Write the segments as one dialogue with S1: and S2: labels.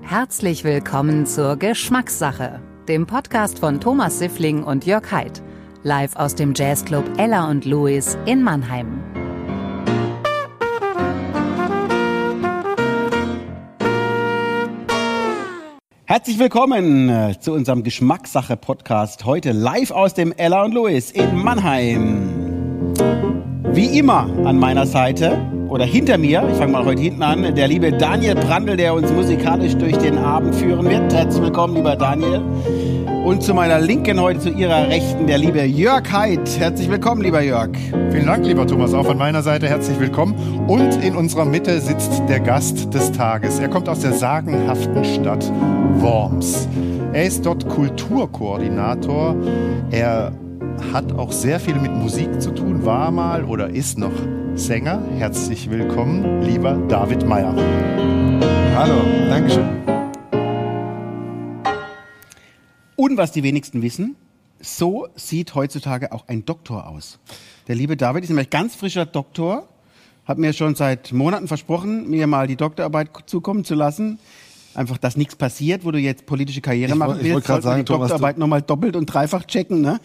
S1: Herzlich willkommen zur Geschmackssache, dem Podcast von Thomas Siffling und Jörg Haidt, live aus dem Jazzclub Ella und Louis in Mannheim.
S2: Herzlich willkommen äh, zu unserem Geschmackssache-Podcast. Heute live aus dem Ella und Louis in Mannheim. Wie immer an meiner Seite oder hinter mir, ich fange mal heute hinten an, der liebe Daniel Brandl, der uns musikalisch durch den Abend führen wird. Herzlich willkommen, lieber Daniel. Und zu meiner Linken heute, zu ihrer Rechten, der liebe Jörg Haidt. Herzlich willkommen, lieber Jörg.
S3: Vielen Dank, lieber Thomas. Auch von meiner Seite herzlich willkommen. Und in unserer Mitte sitzt der Gast des Tages. Er kommt aus der sagenhaften Stadt Worms. Er ist dort Kulturkoordinator. Er hat auch sehr viel mit Musik zu tun, war mal oder ist noch Sänger. Herzlich willkommen, lieber David Meyer.
S4: Hallo, Dankeschön.
S2: Und was die wenigsten wissen, so sieht heutzutage auch ein Doktor aus. Der liebe David ist nämlich ganz frischer Doktor, hat mir schon seit Monaten versprochen, mir mal die Doktorarbeit zukommen zu lassen. Einfach, dass nichts passiert, wo du jetzt politische Karriere
S4: Ich
S2: machen
S4: wollt- ich
S2: willst,
S4: wollt grad
S2: sollte man
S4: sagen,
S2: die
S4: Thomas, du-
S2: Doktorarbeit nochmal doppelt und dreifach checken. Ne?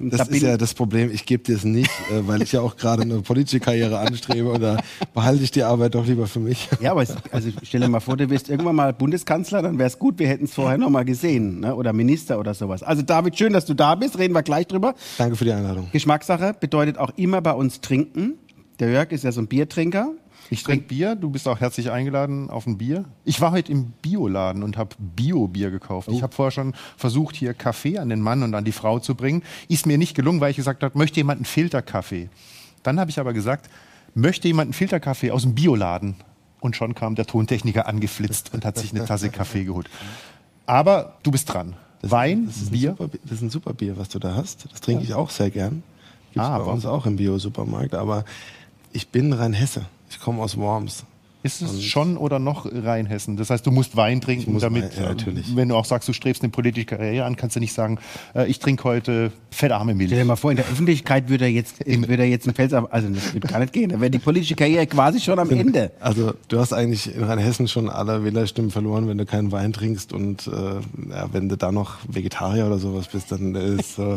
S2: Und da
S4: Das
S2: bin
S4: ist ja das Problem. Ich gebe dir es nicht, äh, weil ich ja auch gerade eine politische Karriere anstrebe. Und da behalte ich die Arbeit doch lieber für mich.
S2: Ja, aber es, also stell dir mal vor, du wirst irgendwann mal Bundeskanzler, dann wäre es gut, wir hätten es vorher noch mal gesehen. Ne? Oder Minister oder sowas. Also David, schön, dass du da bist, reden wir gleich drüber.
S4: Danke für die Einladung.
S2: Geschmackssache bedeutet auch immer bei uns trinken. Der Jörg ist ja so ein Biertrinker.
S3: Ich trinke Bier. Du bist auch herzlich eingeladen auf ein Bier. Ich war heute im Bioladen und habe Bio-Bier gekauft.
S4: Oh.
S3: Ich habe vorher schon versucht, hier Kaffee an den Mann und an die Frau zu bringen. Ist mir nicht gelungen, weil ich gesagt habe, möchte jemand einen Filterkaffee? Dann habe ich aber gesagt, möchte jemand einen Filterkaffee aus dem Bioladen? Und schon kam der Tontechniker angeflitzt und hat sich eine Tasse Kaffee geholt. Aber du bist dran. Wein,
S4: Das ist,
S3: Bier.
S4: Ein super, Bi- das ist ein super Bier, was du da hast. Das trinke ich auch sehr gern. Gibt es
S3: Ah,
S4: bei
S3: aber-
S4: uns auch im Bio-Supermarkt. Aber ich bin Rheinhesse. Ich komme aus Worms.
S3: Ist
S2: Also
S3: es schon oder noch Rheinhessen? Das heißt, du musst Wein trinken,
S4: muss
S3: damit, ähm,
S4: Wein- ja, natürlich.
S3: wenn du auch sagst, du strebst eine politische Karriere an, kannst du nicht sagen, äh, ich trinke heute fettarme Milch.
S2: Stell dir mal vor, in der Öffentlichkeit würde er jetzt, würde er jetzt einen Fels auf. Also das wird gar nicht gehen. Da wäre die politische Karriere quasi schon am Ende.
S4: Also du hast eigentlich in Rheinhessen schon alle Wählerstimmen verloren, wenn du keinen Wein trinkst und äh, ja, wenn du da noch Vegetarier oder sowas bist, dann ist, äh,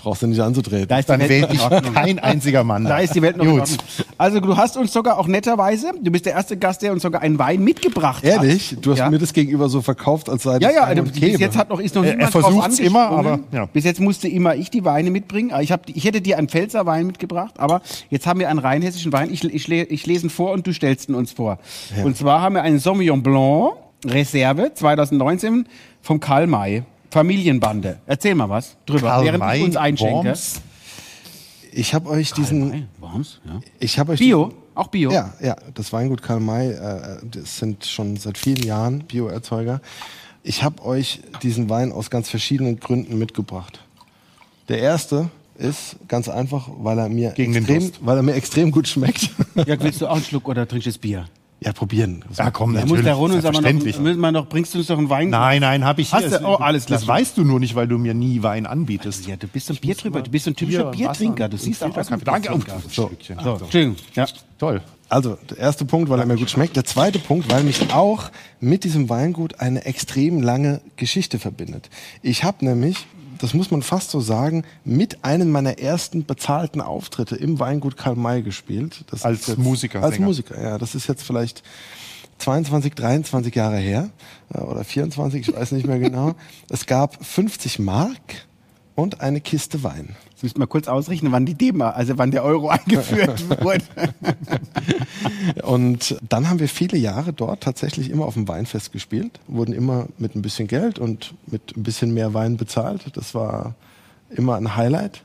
S4: brauchst du nicht anzutreten.
S2: Da ist die
S3: Dann
S2: Welt
S3: wählt
S2: noch in
S3: dich
S2: Ordnung.
S3: kein einziger Mann.
S2: Da ist die Welt noch in
S3: Gut.
S2: Ordnung. Also du hast uns sogar auch netterweise, du bist der erste Gast, der uns sogar einen Wein mitgebracht hat.
S4: Ehrlich? Du hast
S2: ja?
S4: mir das gegenüber so verkauft, als sei das
S2: Ja, ja,
S4: gang
S2: also
S4: und
S2: bis
S4: gäbe.
S2: jetzt hat noch, ist noch
S3: Er- er
S2: niemand
S3: versucht's
S2: drauf
S3: immer,
S2: angesprungen.
S3: aber, ja.
S2: Bis jetzt musste immer ich die Weine mitbringen. Aber Ich, hab, die- ich hätte dir einen Pfälzer Wein mitgebracht, aber jetzt haben wir einen rheinhessischen Wein. Ich, ich, le- ich lese ihn vor und du stellst ihn uns vor. Und zwar haben wir einen Sauvignon Blanc Reserve 2019 vom Karl May. Familienbande. Erzähl mal was drüber,
S3: Karl
S2: während
S3: May,
S2: ich uns einschenke.
S3: Worms.
S4: ich habe euch diesen,
S2: May, Worms, ja.
S4: ich habe euch
S2: Bio, auch Bio.
S4: diesen, ja, ja, das Weingut Karl May, äh, das sind schon seit vielen Jahren Bioerzeuger. Ich habe euch diesen Wein aus ganz verschiedenen Gründen mitgebracht. Der erste ist ganz einfach, weil er mir
S3: Gegen den
S4: extrem,
S3: Durst.
S4: weil er mir extrem gut schmeckt.
S2: Jörg, willst du auch einen Schluck oder trinkst du das Bier?
S4: ja, probieren.
S3: Ja, komm,
S2: Da muss
S3: natürlich.
S2: der Runde uns aber noch,
S3: selbstverständlich.
S2: müssen wir noch, bringst du uns noch einen Wein?
S3: Nein, nein, habe ich
S2: Hast du- oh, alles klar.
S3: Das weißt du nur nicht, weil du mir nie Wein anbietest.
S2: Ja, du bist so ein Biertrüber, du bist so ein typischer
S3: Bier, Wasser
S2: Biertrinker. Du
S3: und
S2: siehst auch aus wie ein
S3: Filterkaffee. Danke.
S2: Biertrinker.
S3: Oh, so. Stückchen.
S2: So, Entschuldigung. Ja.
S3: Toll.
S4: Also, der erste Punkt, weil er mir gut schmeckt. Der zweite Punkt, weil mich auch mit diesem Weingut eine extrem lange Geschichte verbindet. Ich habe nämlich, das muss man fast so sagen, mit einem meiner ersten bezahlten Auftritte im Weingut Karl May gespielt. Das
S3: Als
S4: ist jetzt-
S3: Musiker,
S4: Als
S3: Sänger.
S4: Musiker, ja. Das ist jetzt vielleicht 22, 23 Jahre her. äh, Oder 24, ich weiß nicht mehr genau. Es gab 50 Mark und eine Kiste Wein.
S2: Jetzt müssen wir kurz ausrechnen, wann die DEMA, also wann der Euro eingeführt wurde.
S4: Und dann haben wir viele Jahre dort tatsächlich immer auf dem Weinfest gespielt, wurden immer mit ein bisschen Geld und mit ein bisschen mehr Wein bezahlt. Das war immer ein Highlight.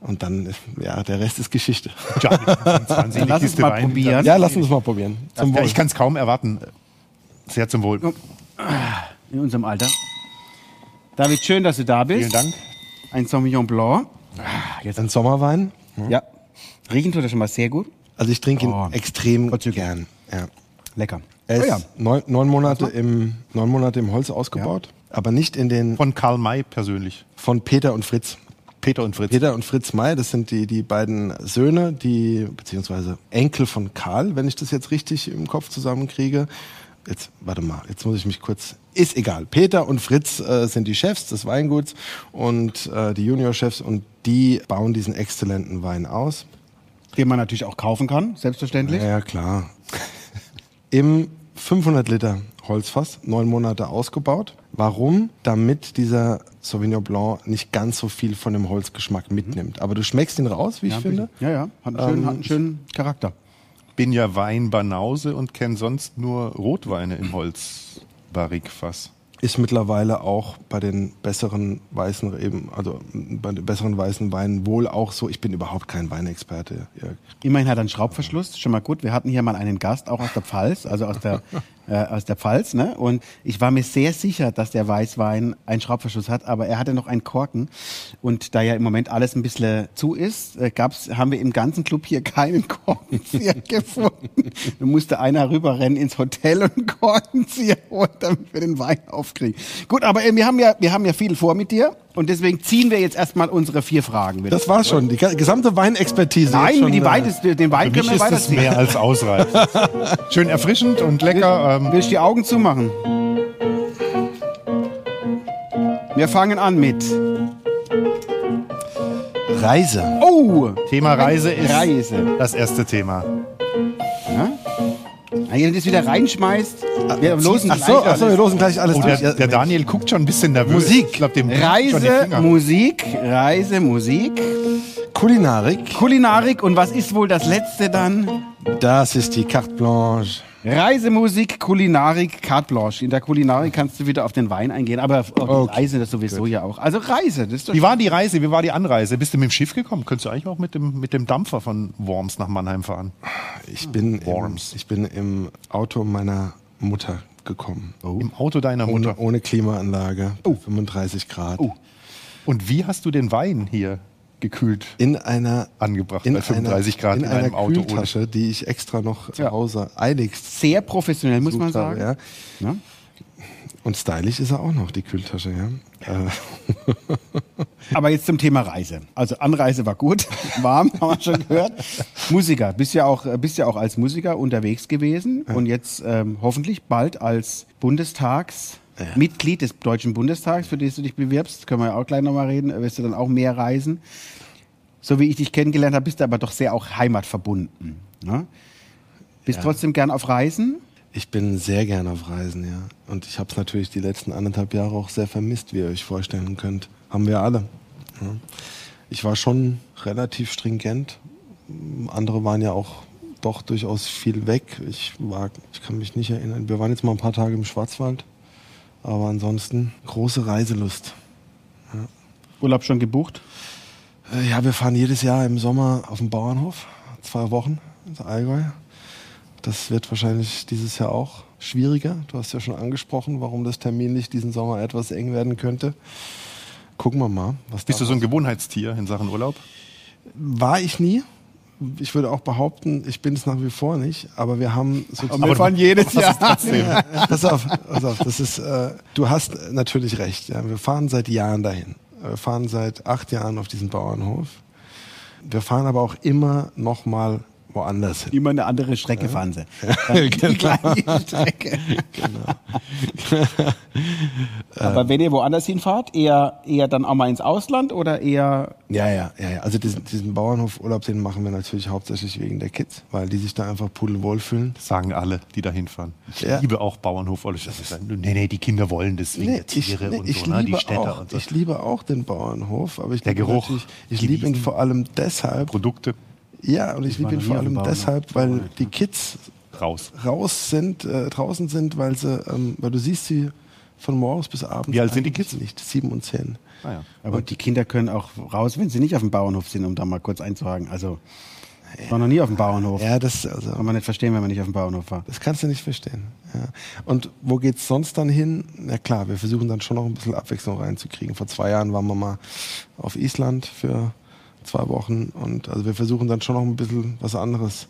S4: Und dann, ist- ja, der Rest ist Geschichte.
S3: Ja, 20
S2: Dann lass uns
S3: Kiste
S2: mal
S3: Wein.
S2: probieren.
S4: Ja, lass uns mal probieren. Zum
S3: Ja,
S4: Wohl.
S3: ich kann es kaum erwarten. Sehr zum Wohl.
S2: In unserem Alter. David, schön, dass du da bist.
S3: Vielen Dank.
S2: Ein Sauvignon Blanc.
S4: Ein Sommerwein.
S2: Ja. Riechen tut er schon mal sehr gut.
S4: Also ich trinke ihn
S2: Oh.
S4: extrem
S2: Vorzüglich.
S4: gern. Ja.
S2: Lecker.
S4: Er ist
S2: Oh ja.
S4: neun, neun, Monate im, neun Monate im Holz ausgebaut, aber nicht in den
S3: Von Karl May persönlich.
S4: von Peter und Fritz.
S3: Peter und Fritz.
S4: Peter und Fritz May, das sind die, die beiden Söhne, die, beziehungsweise Enkel von Karl, wenn ich das jetzt richtig im Kopf zusammenkriege. jetzt, warte mal, jetzt muss ich mich kurz. Ist egal. Peter und Fritz äh, sind die Chefs des Weinguts und äh, die Juniorchefs und die bauen diesen exzellenten Wein aus.
S2: Den man natürlich auch kaufen kann, selbstverständlich.
S4: Ja, ja, klar. Im 500 Liter Holzfass, neun Monate ausgebaut. Warum? Damit dieser Sauvignon Blanc nicht ganz so viel von dem Holzgeschmack mitnimmt. Aber du schmeckst ihn raus, wie ich
S2: ja,
S4: finde.
S2: Ja, ja. Hat einen, schönen,
S4: Ähm,
S2: hat einen schönen Charakter.
S3: Bin ja Weinbanause und kenne sonst nur Rotweine im Holzbarrikfass.
S4: Ist mittlerweile auch bei den besseren weißen Reben, also bei den besseren weißen Weinen wohl auch so. Ich bin überhaupt kein Weinexperte. Jörg.
S2: Immerhin hat er einen Schraubverschluss, schon mal gut. Wir hatten hier mal einen Gast, auch aus der Pfalz, also aus der, äh, aus der Pfalz. Ne? Und ich war mir sehr sicher, dass der Weißwein einen Schraubverschluss hat, aber er hatte noch einen Korken. Und da ja im Moment alles ein bisschen zu ist, äh, gab's, haben wir im ganzen Club hier keinen Korkenzieher gefunden. Da musste einer rüberrennen ins Hotel und einen Korkenzieher holen, damit wir den Wein aufkriegen. Gut, aber äh, wir, haben ja, wir haben ja viel vor mit dir. Und deswegen ziehen wir jetzt erstmal unsere vier Fragen. wieder.
S4: Das war's schon. Die ga- gesamte Weinexpertise. jetzt
S2: Nein,
S4: schon,
S2: die
S4: äh,
S2: Wein ist, den Wein
S3: Für
S2: können
S3: mich
S2: wir
S3: ist es
S2: weiterziehen.
S3: mehr als ausreichend. Schön erfrischend und lecker. Ähm,
S2: Willst du die Augen zumachen? Wir fangen an mit.
S4: Reise.
S2: Oh!
S3: Thema Reise ist
S2: Reise.
S3: das erste Thema.
S2: Ja? Wenn ihr das wieder reinschmeißt, wir losen
S4: Ah, Ach so, ach so, wir losen gleich alles
S3: Oh,
S4: durch.
S3: der, der Daniel guckt schon ein bisschen nervös.
S4: Musik.
S3: Ich glaub, dem juckt schon die
S2: Reise,
S3: Finger.
S2: Musik, Reise, Musik,
S4: Kulinarik.
S2: Kulinarik und was ist wohl das letzte dann?
S4: Das ist die Carte Blanche.
S2: Reise, Musik, Kulinarik, Carte Blanche. In der Kulinarik kannst du wieder auf den Wein eingehen, aber auf auf die
S4: Okay.
S2: Reise das sowieso ja auch. Also Reise, das ist doch
S3: Wie war die Reise? Wie war die Anreise? Bist du mit dem Schiff gekommen? Könntest du eigentlich auch mit dem, mit dem Dampfer von Worms nach Mannheim fahren?
S4: Ich bin, im,
S3: Worms.
S4: ich bin im Auto meiner Mutter gekommen.
S3: Im Auto deiner
S4: Ohne,
S3: Oh. Mutter.
S4: ohne Klimaanlage. 35 Grad.
S3: Und wie hast du den Wein hier gekühlt?
S4: In einer
S3: Angebracht
S4: in
S3: bei 35
S4: einer,
S3: Grad
S4: in,
S3: in
S4: einer
S3: einem Auto ohne-
S4: Kühltasche, die ich extra noch zu
S2: Ja.
S4: Hause eiligst
S2: sehr professionell, muss man
S4: gesucht
S2: sagen.
S4: habe.
S2: Ne?
S4: Ja. Und stylisch ist er auch noch, die Kühltasche. Ja. Äh,
S2: Aber jetzt zum Thema Reise. Also Anreise war gut, warm, haben wir schon gehört. Musiker, bist ja auch, bist ja auch als Musiker unterwegs gewesen und jetzt ähm, hoffentlich bald als Bundestagsmitglied des Deutschen Bundestags, für das du dich bewirbst, können wir ja auch gleich nochmal reden, äh, wirst du dann auch mehr reisen. So wie ich dich kennengelernt habe, bist du aber doch sehr auch heimatverbunden. Ne? Bist trotzdem gern auf Reisen?
S4: Ich bin sehr gerne auf Reisen, ja. Und ich habe es natürlich die letzten anderthalb Jahre auch sehr vermisst, wie ihr euch vorstellen könnt. Haben wir alle. Ja. Ich war schon relativ stringent. Andere waren ja auch doch durchaus viel weg. Ich war, ich kann mich nicht erinnern. Wir waren jetzt mal ein paar Tage im Schwarzwald, aber ansonsten große Reiselust.
S2: Urlaub schon gebucht?
S4: Äh, Ja, wir fahren jedes Jahr im Sommer auf den Bauernhof, zwei Wochen ins Allgäu. Das wird wahrscheinlich dieses Jahr auch schwieriger. Du hast ja schon angesprochen, warum das terminlich diesen Sommer etwas eng werden könnte. Gucken wir mal, was
S3: Bist du
S4: da
S3: so ein Gewohnheitstier in Sachen Urlaub?
S4: War ich nie. Ich würde auch behaupten, ich bin es nach wie vor nicht, aber wir haben sozusagen.
S2: wir fahren jedes Jahr.
S4: Ja, pass auf, pass auf. Das ist, äh, du hast natürlich recht. Ja. Wir fahren seit Jahren dahin. Wir fahren seit acht Jahren auf diesen Bauernhof. Wir fahren aber auch immer noch mal woanders hin.
S2: Immer eine andere Strecke fahren sie. Die gleiche Strecke. Genau. Aber wenn ihr woanders hinfahrt, eher, eher dann auch mal ins Ausland oder eher.
S4: Ja, ja, ja, ja. Also diesen, diesen Bauernhofurlaub, den machen wir natürlich hauptsächlich wegen der Kids, weil die sich da einfach pudelwohl fühlen.
S3: Sagen alle, die da hinfahren. Ich
S4: Ja.
S3: liebe auch Bauernhof. Olli. Das ist ein, nee, nee, die Kinder wollen das wegen der Tiere
S4: nee,
S3: und
S4: ich
S3: so, ne? die
S4: liebe
S3: Städter
S4: auch,
S3: und so.
S4: Ich liebe auch den Bauernhof, aber ich
S3: Der
S4: liebe
S3: Geruch,
S4: natürlich- Ich liebe ihn
S3: genießen.
S4: vor allem deshalb.
S3: Produkte
S4: Ja, und ich liebe
S2: war
S4: ihn
S2: noch
S4: vor
S2: nie auf dem
S4: allem
S2: Bauernhof.
S4: deshalb, weil die Kids
S3: raus.
S4: raus sind, äh, draußen sind, weil sie, ähm, weil du siehst sie von morgens bis abends.
S3: Wie alt sind die
S4: eigentlich Nicht sieben und zehn.
S3: Ah, ja.
S2: Aber die Kinder können auch raus, wenn sie nicht auf dem Bauernhof sind, um da mal kurz einzuhaken. Also, ich war noch nie auf dem Bauernhof.
S4: Ja, das also
S2: Kann man nicht verstehen, wenn man nicht auf dem Bauernhof war.
S4: das kannst du nicht verstehen. Ja. Und wo geht's sonst dann hin? Na klar, wir versuchen dann schon noch ein bisschen Abwechslung reinzukriegen. Vor zwei Jahren waren wir mal auf Island für zwei Wochen und also wir versuchen dann schon noch ein bisschen was anderes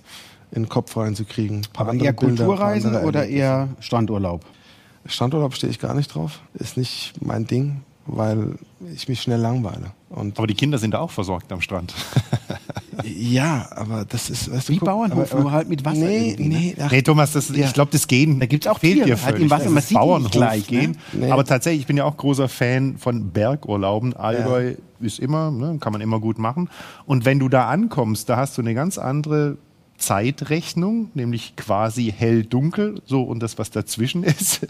S4: in den Kopf reinzukriegen. Ein paar
S2: Aber
S4: andere
S2: eher
S4: Bilder, ein paar
S2: Kulturreisen
S4: andere
S2: oder
S4: Erlebnisse.
S2: eher Strandurlaub?
S4: Strandurlaub stehe ich gar nicht drauf. Ist nicht mein Ding, weil ich mich schnell langweile. Und
S3: Aber die Kinder sind da auch versorgt am Strand.
S4: Ja, aber das ist, weißt du,
S2: Wie
S4: guck,
S2: Bauernhof,
S4: aber, aber,
S2: nur halt mit Wasser
S4: Nee,
S2: irgendwie, ne?
S4: nee, ach,
S3: Nee, Thomas, das,
S4: Ja.
S3: ich glaube, das Gehen da
S2: gibt's auch Tiere, halt im Wasser, man
S3: das
S2: sieht die nicht
S3: Bauernhof
S2: gleich, ne?
S3: gehen.
S4: Nee.
S3: Aber tatsächlich, ich bin ja auch großer Fan von Bergurlauben. Allgäu ist immer, ne, kann man immer gut machen. Und wenn du da ankommst, da hast du eine ganz andere Zeitrechnung, nämlich quasi hell-dunkel, so und das, was dazwischen ist.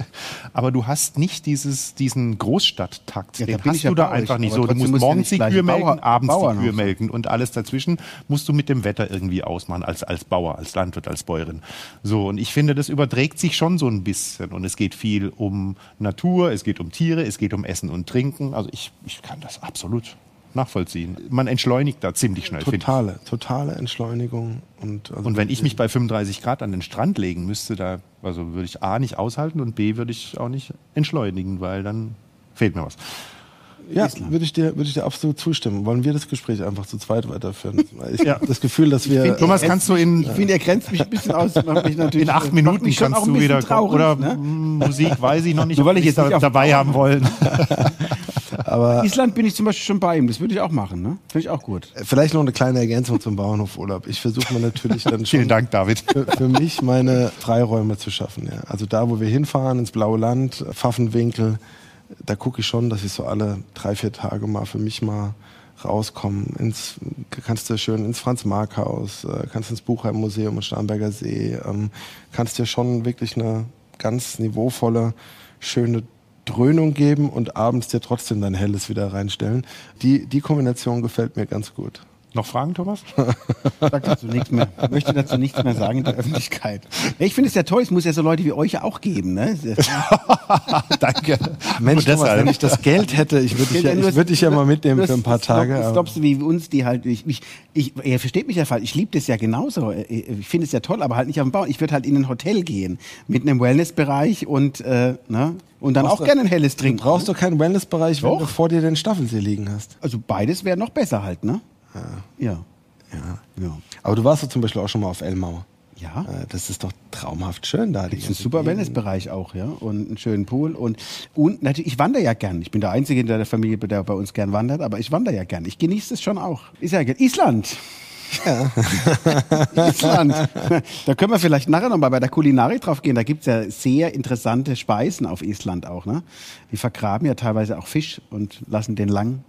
S3: Aber du hast nicht dieses, diesen Großstadttakt.
S2: Ja, da
S3: den
S2: bin ich
S3: hast
S2: ja
S3: du da
S2: bei euch,
S3: einfach nicht
S2: aber
S3: so. Du
S2: trotzdem musst
S3: musst
S2: du ja
S3: morgens
S2: nicht
S3: die
S2: gleich
S3: Kühe
S2: Bauer-
S3: melken, abends
S2: Bauernhof
S3: die Kühe
S2: sein.
S3: melken und alles dazwischen musst du mit dem Wetter irgendwie ausmachen, als, als Bauer, als Landwirt, als Bäuerin. So, und ich finde, das überträgt sich schon so ein bisschen. Und es geht viel um Natur, es geht um Tiere, es geht um Essen und Trinken. Also ich, ich kann das absolut nachvollziehen. Man entschleunigt da ziemlich schnell, finde ich.
S4: totale, totale Entschleunigung und, also,
S3: Und wenn ich mich bei 35 Grad an den Strand legen müsste, da also würde ich A nicht aushalten und B würde ich auch nicht entschleunigen, weil dann fehlt mir was.
S4: ja, würde ich dir, würde ich dir absolut zustimmen. Wollen wir das Gespräch einfach zu zweit weiterführen? Weil Ich
S3: Ja.
S4: habe das Gefühl, dass wir,
S2: find,
S3: Thomas, kannst du in,
S2: Ich finde, er grenzt mich ein bisschen aus. Macht mich natürlich,
S3: in acht
S2: macht
S3: Minuten
S2: mich schon auch
S3: kannst
S2: ein
S3: du wieder
S2: bisschen traurig,
S3: oder
S2: ne?
S3: mm, Musik, weiß ich noch nicht,
S2: Nur weil
S3: ob
S2: ich jetzt
S3: da,
S2: nicht auf-
S3: dabei haben wollen.
S2: Island bin ich zum Beispiel schon bei ihm. Das würde ich auch machen. Ne? Finde ich auch gut.
S4: vielleicht noch eine kleine Ergänzung zum Bauernhofurlaub. Ich versuche mir natürlich dann schon
S3: Vielen Dank, David.
S4: für, für mich meine Freiräume zu schaffen. Ja. Also da, wo wir hinfahren, ins blaue Land, Pfaffenwinkel, da gucke ich schon, dass ich so alle drei, vier Tage mal für mich mal rauskomme. Ins, kannst du schön ins Franz-Mark-Haus, äh, kannst ins Buchheim-Museum im Starnberger See, ähm, kannst dir schon wirklich eine ganz niveauvolle, schöne Dröhnung geben und abends dir trotzdem dein Helles wieder reinstellen. Die, die Kombination gefällt mir ganz gut.
S3: Noch Fragen, Thomas?
S2: Sag dazu nichts mehr. Möchte dazu nichts mehr sagen in der Öffentlichkeit. Ja, ich finde es ja toll. Es muss ja so Leute wie euch ja auch geben. Ne?
S3: Danke.
S4: Mensch,
S3: Nur
S4: Thomas, wenn ich das Geld hätte, ich würde dich, ja, ich würd dich ja mal mitnehmen für ein paar Tage. aber-
S2: Stoppst du wie uns, die halt, ich, ich, ich, ihr versteht mich ja falsch, ich liebe das ja genauso. Äh, Ich finde es ja toll, aber halt nicht auf dem Bau. Ich würde halt in ein Hotel gehen mit einem Wellnessbereich und, äh, ne? und dann
S4: Brauchst
S2: auch
S4: du-
S2: gerne ein helles trinken.
S4: Brauchst du keinen Wellnessbereich, wenn
S2: Doch.
S4: du vor dir den Staffelsee liegen hast.
S2: Also beides wäre noch besser halt, ne? Ja.
S4: Ja.
S2: Ja.
S4: Aber du warst doch zum Beispiel auch schon mal auf Elmau.
S2: Ja.
S4: Äh, Das ist doch traumhaft schön da.
S2: Das ist ein super Wellnessbereich auch, ja. Und einen schönen Pool. Und, und natürlich, ich wandere ja gern. Ich bin der Einzige in der Familie, der bei uns gern wandert, aber ich wandere ja gern. Ich genieße es schon auch. Ist ja geil. Island! Island. Da können wir vielleicht nachher nochmal bei der Kulinarik drauf gehen. Da gibt's ja sehr interessante Speisen auf Island auch. Ne? Die vergraben ja teilweise auch Fisch und lassen den lang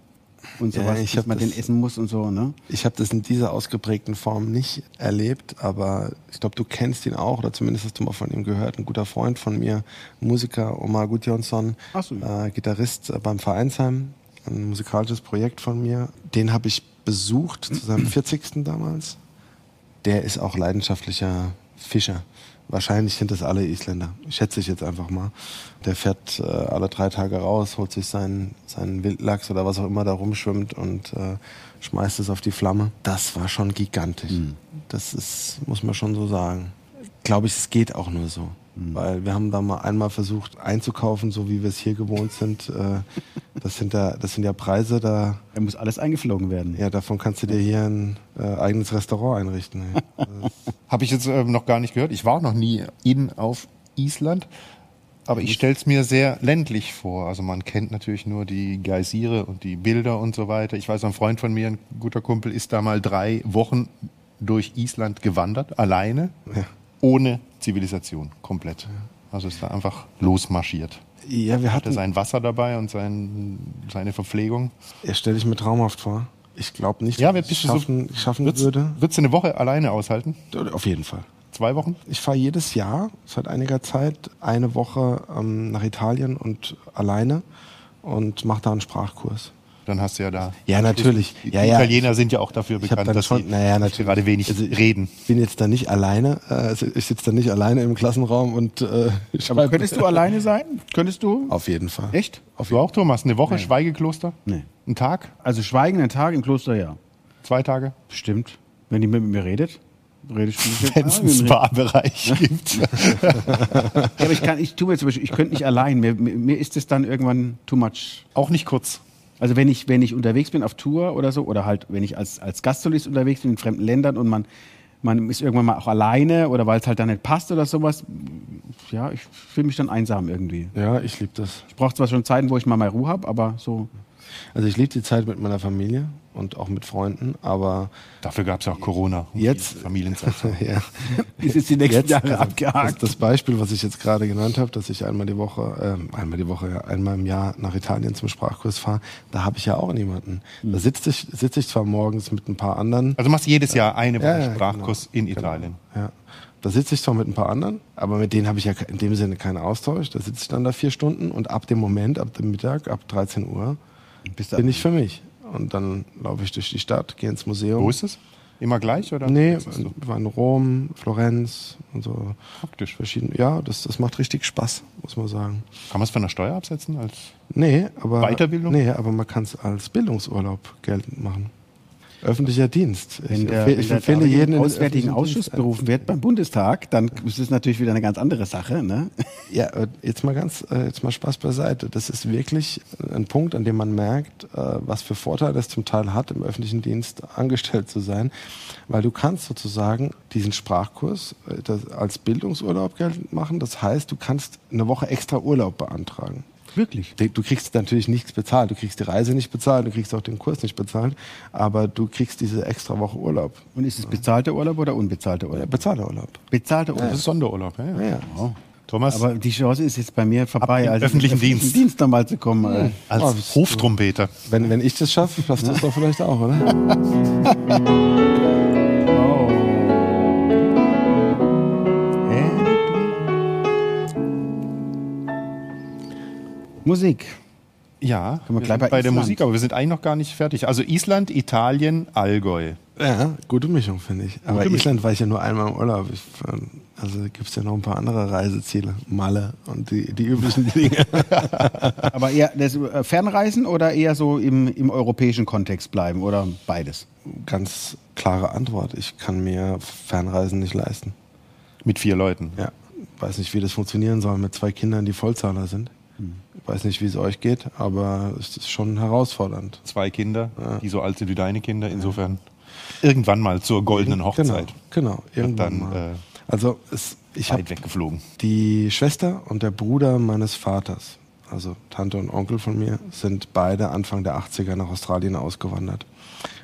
S2: und
S4: Ja,
S2: sowas,
S4: ich
S2: dass
S4: hab
S2: man
S4: das-
S2: den essen muss und so. Ne?
S4: Ich habe das in dieser ausgeprägten Form nicht erlebt, aber ich glaube, du kennst ihn auch, oder zumindest hast du mal von ihm gehört. Ein guter Freund von mir, Musiker Omar Gudjonsson,
S2: Ach so,
S4: äh, Gitarrist äh, beim Vereinsheim, ein musikalisches Projekt von mir. Den habe ich besucht zu seinem 40. damals. Der ist auch leidenschaftlicher Fischer. Wahrscheinlich sind das alle Isländer. Schätze ich jetzt einfach mal. Der fährt äh, alle drei Tage raus, holt sich seinen, seinen Wildlachs oder was auch immer da rumschwimmt und äh, schmeißt es auf die Flamme. Das war schon gigantisch. Das ist, muss man schon so sagen. Glaube ich, es geht auch nur so. Weil wir haben da mal einmal versucht einzukaufen, so wie wir es hier gewohnt sind. Äh, das, sind da, das sind ja Preise, da,
S2: Da muss alles eingeflogen werden.
S4: ja, davon kannst du dir hier ein äh, eigenes Restaurant einrichten. Ey. Das
S3: Habe ich jetzt ähm, noch gar nicht gehört. Ich war auch noch nie in auf Island. Aber ich stelle es mir sehr ländlich vor. Also man kennt natürlich nur die Geysire und die Bilder und so weiter. Ich weiß, ein Freund von mir, ein guter Kumpel, ist da mal drei Wochen durch Island gewandert, alleine, ohne Zivilisation, komplett. Also ist da einfach losmarschiert.
S4: Ja,
S3: Hatte
S4: wir hatten.
S3: sein Wasser dabei und sein, seine Verpflegung.
S4: Ja, stelle ich mir traumhaft vor. Ich glaube nicht,
S3: Ja, wir
S4: ich
S3: bist du
S4: schaffen,
S3: so,
S4: schaffen
S3: würdest,
S4: würde.
S3: Würdest du eine Woche alleine aushalten?
S4: Auf jeden Fall.
S3: Zwei Wochen?
S4: Ich fahre jedes Jahr seit einiger Zeit eine Woche ähm, nach Italien und alleine und mache da einen Sprachkurs.
S3: Dann hast du ja da.
S4: Ja, natürlich.
S3: Die
S4: Ja, ja.
S3: Italiener sind ja auch dafür
S4: Ich habe
S3: bekannt,
S4: dann
S3: dass
S4: schon,
S3: sie
S4: naja, natürlich.
S3: gerade wenig
S4: Also,
S3: reden.
S4: Ich bin jetzt da nicht alleine. Äh, also ich sitze da nicht alleine im Klassenraum und äh,
S2: Aber
S4: schreibe-
S2: könntest du alleine sein? Könntest du?
S4: Auf jeden Fall.
S2: Echt?
S3: Auf du auch, Thomas? Eine Woche Schweigekloster?
S2: Nee.
S3: Ein Tag?
S2: Also schweigenden Tag im Kloster, ja.
S3: Zwei Tage?
S2: Bestimmt. Wenn die mit mir redet, rede ich mit
S3: Wenn es einen Spa-Bereich gibt.
S2: Ja, aber ich kann, ich tue mir zum Beispiel, ich könnte nicht allein. Mir, mir, mir ist es dann irgendwann too much.
S3: Auch nicht kurz.
S2: Also wenn ich, wenn ich unterwegs bin auf Tour oder so, oder halt, wenn ich als, als Gastsolist unterwegs bin in fremden Ländern und man, man ist irgendwann mal auch alleine oder weil es halt dann nicht passt oder sowas, ja, ich fühle mich dann einsam irgendwie.
S4: Ja, ich liebe das.
S2: Ich brauche zwar schon Zeiten, wo ich mal meine Ruhe habe, aber so
S4: Also ich liebe die Zeit mit meiner Familie und auch mit Freunden, aber
S3: Dafür gab es ja auch Corona. und
S4: Jetzt-
S3: die Familienzeit.
S4: ja,
S2: Ist jetzt die nächsten
S4: jetzt,
S2: Jahre
S4: also, das,
S2: abgehakt.
S4: das Beispiel, was ich jetzt gerade genannt habe, dass ich einmal die Woche, ähm, einmal die Woche, ja, einmal im Jahr nach Italien zum Sprachkurs fahre, da habe ich ja auch niemanden. Da sitze ich, sitze ich zwar morgens mit ein paar anderen,
S3: Also machst jedes Jahr eine Woche
S4: Ja, genau. ja,
S3: Sprachkurs in Italien.
S4: ja, da sitze ich zwar mit ein paar anderen, aber mit denen habe ich ja ke- in dem Sinne keinen Austausch. Da sitze ich dann da vier Stunden und ab dem Moment, ab dem Mittag, ab 13 Uhr,
S2: Bist du-
S4: bin ich für mich. Und dann laufe ich durch die Stadt, gehe ins Museum.
S3: Wo ist es? Immer gleich oder?
S4: Nee,
S3: Jetzt ist so
S4: wir waren in Rom, Florenz und so.
S3: praktisch.
S4: Verschiedene, ja, das, das macht richtig Spaß, muss man sagen.
S3: Kann man es von der Steuer absetzen? Als
S4: Nee, aber,
S3: Weiterbildung?
S4: Nee, aber man kann es als Bildungsurlaub geltend machen. Öffentlicher Dienst. Ich,
S2: Wenn der,
S4: empfehle-
S2: wenn
S4: ich
S2: der
S4: empfehle
S2: David
S4: jeden
S2: in
S4: in
S2: den
S4: den
S2: Auswärtigen
S4: öffentlichen
S2: Ausschuss
S4: Dienst ein-
S2: berufen wird beim Bundestag, dann ist es natürlich wieder eine ganz andere Sache. Ne?
S4: Ja, äh, jetzt mal ganz, äh, jetzt mal Spaß beiseite. Das ist wirklich äh, ein Punkt, an dem man merkt, äh, was für Vorteile es zum Teil hat, im öffentlichen Dienst angestellt zu sein, weil du kannst sozusagen diesen Sprachkurs äh, das als Bildungsurlaub geltend machen. Das heißt, du kannst eine Woche extra Urlaub beantragen.
S2: Wirklich?
S4: Du du kriegst natürlich nichts bezahlt. Du kriegst die Reise nicht bezahlt, du kriegst auch den Kurs nicht bezahlt, aber du kriegst diese extra Woche Urlaub.
S2: Und ist es bezahlter Urlaub oder unbezahlter
S4: Ja,
S2: Urlaub?
S4: bezahlter Urlaub.
S2: Bezahlter Urlaub.
S3: das ist Sonderurlaub. Ja, ja.
S4: Ja.
S2: Oh.
S3: Thomas,
S2: Aber die Chance ist jetzt bei mir vorbei,
S3: Ab in
S2: in den
S3: öffentlichen Dienst.
S2: Dienst nochmal zu kommen. äh.
S3: als
S4: Oh, bist du-
S3: Hoftrompeter.
S4: Wenn, wenn ich das schaffe, schaffst du das doch vielleicht auch, oder?
S2: Hm. Musik.
S3: Ja,
S2: wir
S3: wir
S2: gleich
S3: sind
S2: bei
S3: bei, der
S2: Island.
S3: Musik, aber wir sind eigentlich noch gar nicht fertig. Also Island, Italien, Allgäu.
S4: Ja, gute Mischung, finde ich. Aber
S3: Mischung.
S4: Island war ich ja nur einmal im Urlaub. Ich, ähm, also gibt es ja noch ein paar andere Reiseziele. Malle und die, die üblichen Dinge.
S2: Aber eher das, äh, Fernreisen oder eher so im, im europäischen Kontext bleiben oder beides?
S4: Ganz klare Antwort. Ich kann mir Fernreisen nicht leisten.
S3: Mit vier Leuten.
S4: Ja. Weiß nicht, wie das funktionieren soll mit zwei Kindern, die Vollzahler sind.
S3: Hm.
S4: Ich weiß nicht, wie es euch geht, aber es ist schon herausfordernd.
S3: Zwei Kinder, die so alt sind wie deine Kinder. Insofern irgendwann mal zur goldenen Hochzeit.
S4: Genau, genau. Irgendwann
S3: dann,
S4: mal.
S3: äh,
S4: also es, ich habe
S3: Weit weggeflogen.
S4: Die Schwester und der Bruder meines Vaters, also Tante und Onkel von mir, sind beide Anfang der 80er nach Australien ausgewandert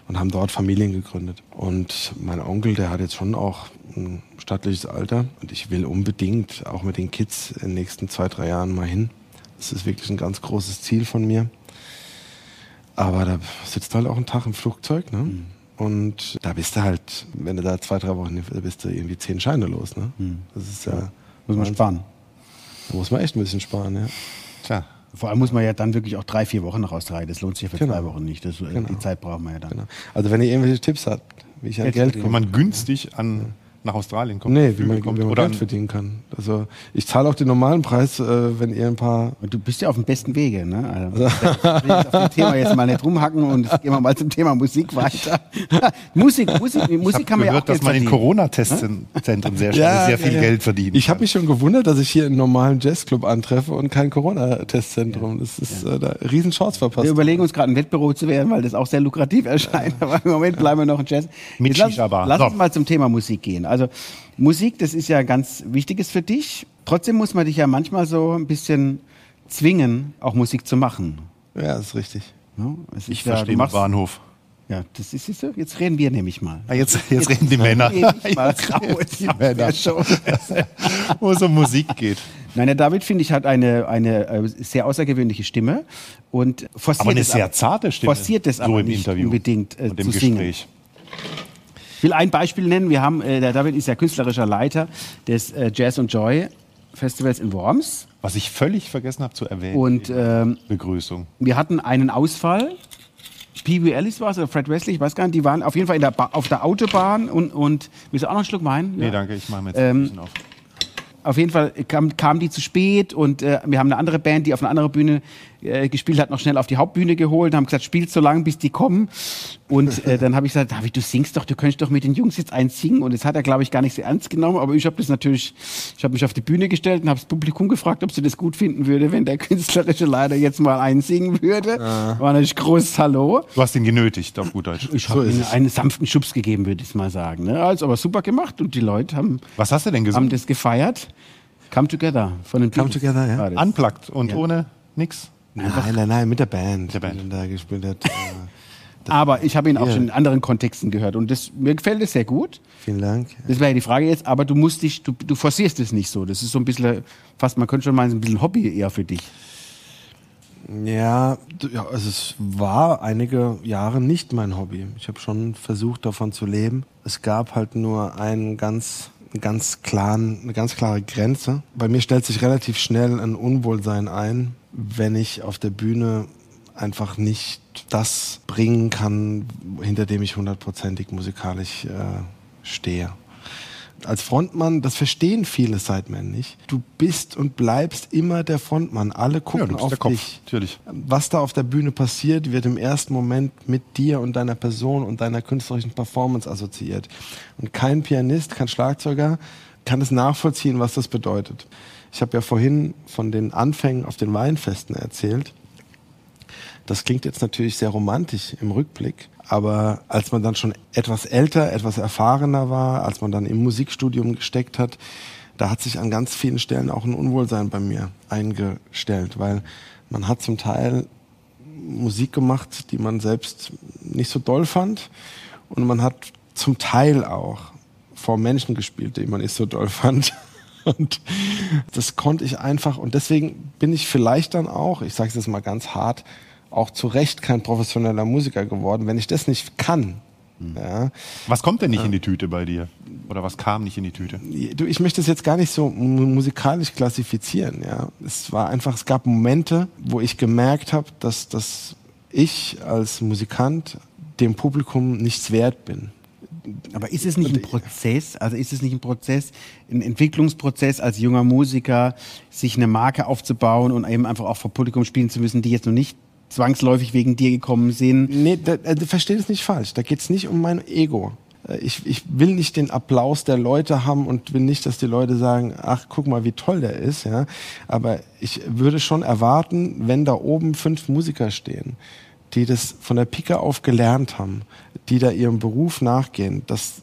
S4: und haben dort Familien gegründet. Und mein Onkel, der hat jetzt schon auch ein stattliches Alter und ich will unbedingt auch mit den Kids in den nächsten zwei, drei Jahren mal hin. Das ist wirklich ein ganz großes Ziel von mir. Aber da sitzt halt auch ein Tag im Flugzeug, ne? Und da bist du halt, wenn du da zwei, drei Wochen hin- da bist du irgendwie zehn Scheine los, ne? Das ist ja.
S2: Muss man
S4: Wahnsinn.
S2: sparen.
S4: Da muss man echt ein bisschen sparen, ja.
S3: Tja,
S2: Vor allem muss man ja dann wirklich auch drei, vier Wochen nach Australien. Das lohnt sich ja für
S4: Genau.
S2: zwei Wochen nicht. Das, äh, Die Zeit brauchen wir ja dann.
S4: Genau. Also wenn ihr irgendwelche Tipps habt, wie ich an
S2: Geld
S4: Geld
S2: verdienen.
S3: wie
S4: komme.
S3: man günstig an, nach Australien kommt.
S4: Nee, wie
S3: Flüge
S4: man,
S3: kommt
S4: wie man
S3: oder
S4: Geld verdienen kann. Also ich zahle auch den normalen Preis, äh, wenn ihr ein paar.
S2: Und du bist ja auf dem besten Wege, ne? Also, ich will jetzt auf dem Thema jetzt mal nicht rumhacken und jetzt gehen wir mal zum Thema Musik weiter. Musik, Musik, mit
S3: Ich
S2: Musik kann
S3: habe
S2: man ja auch
S3: gehört, dass
S2: Geld
S3: man in
S2: verdienen.
S3: Corona-Testzentren sehr, schnell sehr viel Geld verdient.
S4: Ich habe mich schon gewundert, dass ich hier einen normalen Jazzclub antreffe und kein Corona-Testzentrum. Das ist äh, da Riesenchance verpasst.
S2: Wir überlegen uns gerade ein Wettbüro zu werden, weil das auch sehr lukrativ erscheint. Aber im Moment bleiben wir noch in Jazz.
S3: Mit
S2: Jetzt lass
S3: Shisha-Bar.
S2: lass
S3: So.
S2: uns mal zum Thema Musik gehen. Also Musik, das ist ja ganz Wichtiges für dich. Trotzdem muss man dich ja manchmal so ein bisschen zwingen, auch Musik zu machen.
S4: ja, ist richtig.
S2: ne? Es ist
S3: ich
S2: ja,
S3: verstehe
S2: du
S3: den
S2: machst-
S3: Bahnhof.
S2: Ja, das ist siehst du, jetzt reden wir nämlich mal.
S3: Ah, jetzt, jetzt reden die Männer.
S2: Jetzt mal
S3: Jetzt reden
S2: raus
S3: die
S2: aus der
S3: Männer.
S2: Show.
S3: Wo es um Musik geht.
S2: Nein, der David, finde ich, hat eine, eine äh, sehr außergewöhnliche Stimme und forciert
S3: Aber eine
S2: es
S3: sehr zarte Stimme.
S2: Forciert es
S3: so
S2: aber
S3: im
S2: nicht
S3: Interview
S2: unbedingt äh,
S3: und im
S2: zu singen.
S3: Gespräch.
S2: Ich will ein Beispiel nennen. Wir haben, äh, der David ist ja künstlerischer Leiter des äh, Jazz und Joy Festivals in Worms
S3: Was ich völlig vergessen habe zu erwähnen.
S2: und ähm,
S3: Begrüßung.
S2: wir hatten einen Ausfall. Pee Wee Ellis war es, oder Fred Wesley, ich weiß gar nicht, die waren auf jeden Fall in der ba auf der Autobahn und, und willst du auch noch einen Schluck Wein?
S3: Nee,
S2: Ja.
S3: danke, ich mache mir jetzt
S2: Ähm,
S3: ein bisschen auf.
S2: Auf jeden Fall kam, kam die zu spät und äh, wir haben eine andere Band, die auf einer anderen Bühne äh, gespielt hat, noch schnell auf die Hauptbühne geholt und haben gesagt, spielt so lange, bis die kommen. Und äh, dann habe ich gesagt, David, du singst doch, du könntest doch mit den Jungs jetzt eins singen. Und das hat er, glaube ich, gar nicht so ernst genommen. Aber ich habe das natürlich, ich habe mich auf die Bühne gestellt und habe das Publikum gefragt, ob sie das gut finden würde, wenn der künstlerische Leiter jetzt mal eins singen würde. War natürlich großes Hallo.
S3: Du hast ihn genötigt, auf gut Deutsch.
S2: Ich habe ihnen einen sanften Schubs gegeben, würde ich mal sagen. Ne? Also, aber super gemacht und die Leute haben
S3: Was hast du denn
S2: haben
S3: gesungen?
S2: das gefeiert. Come Together von den
S4: Come Together, ja.
S2: war das.
S3: Unplugged und ohne nix.
S4: Nein, nein, nein, mit der Band. Mit
S3: der Band.
S4: Die dann da gespielt hat. Äh,
S2: Aber ich habe ihn auch
S4: Ja.
S2: schon in anderen Kontexten gehört und das, mir gefällt es sehr gut.
S4: vielen Dank.
S2: Das wäre die Frage jetzt, aber du musst dich, du, du forcierst es nicht so. Das ist so ein bisschen, fast, man könnte schon mal ein bisschen Hobby eher für dich.
S4: Ja, d- ja, also es war einige Jahre nicht mein Hobby. Ich habe schon versucht, davon zu leben. Es gab halt nur einen ganz, einen ganz klaren, eine ganz klare Grenze. Bei mir stellt sich relativ schnell ein Unwohlsein ein, wenn ich auf der Bühne einfach nicht das bringen kann, hinter dem ich hundertprozentig musikalisch äh, stehe als Frontmann, das verstehen viele Sidemen nicht. Du bist und bleibst immer der Frontmann. Alle
S3: Ja,
S4: gucken
S3: du bist
S4: auf
S3: der Kopf,
S4: dich.
S3: natürlich.
S4: Was da auf der Bühne passiert, wird im ersten Moment mit dir und deiner Person und deiner künstlerischen Performance assoziiert. Und kein Pianist, kein Schlagzeuger kann es nachvollziehen, was das bedeutet. Ich habe ja vorhin von den Anfängen auf den Weinfesten erzählt. Das klingt jetzt natürlich sehr romantisch im Rückblick, aber als man dann schon etwas älter, etwas erfahrener war, als man dann im Musikstudium gesteckt hat, da hat sich an ganz vielen Stellen auch ein Unwohlsein bei mir eingestellt, weil man hat zum Teil Musik gemacht, die man selbst nicht so doll fand und man hat zum Teil auch vor Menschen gespielt, die man nicht so doll fand. Und das konnte ich einfach. Und deswegen bin ich vielleicht dann auch, ich sage es jetzt mal ganz hart, auch zu Recht kein professioneller Musiker geworden, wenn ich das nicht kann. Ja.
S3: Was kommt denn
S2: Ähm.
S3: nicht in die Tüte bei dir? Oder was kam nicht in die Tüte?
S4: Du, ich möchte es jetzt gar nicht so mu- musikalisch klassifizieren. Ja. Es war einfach, es gab Momente, wo ich gemerkt habe, dass, dass ich als Musikant dem Publikum nichts wert bin.
S2: Aber ist es nicht ein Prozess? Also ist es nicht ein Prozess, ein Entwicklungsprozess als junger Musiker, sich eine Marke aufzubauen und eben einfach auch vor Publikum spielen zu müssen, die jetzt noch nicht zwangsläufig wegen dir gekommen sind?
S4: Nee, da, also versteht es nicht falsch. Da geht es nicht um mein Ego. Äh, Ich, ich will nicht den Applaus der Leute haben und will nicht, dass die Leute sagen, ach, guck mal, wie toll der ist. Ja? Aber ich würde schon erwarten, wenn da oben fünf Musiker stehen, die das von der Pike auf gelernt haben, die da ihrem Beruf nachgehen, dass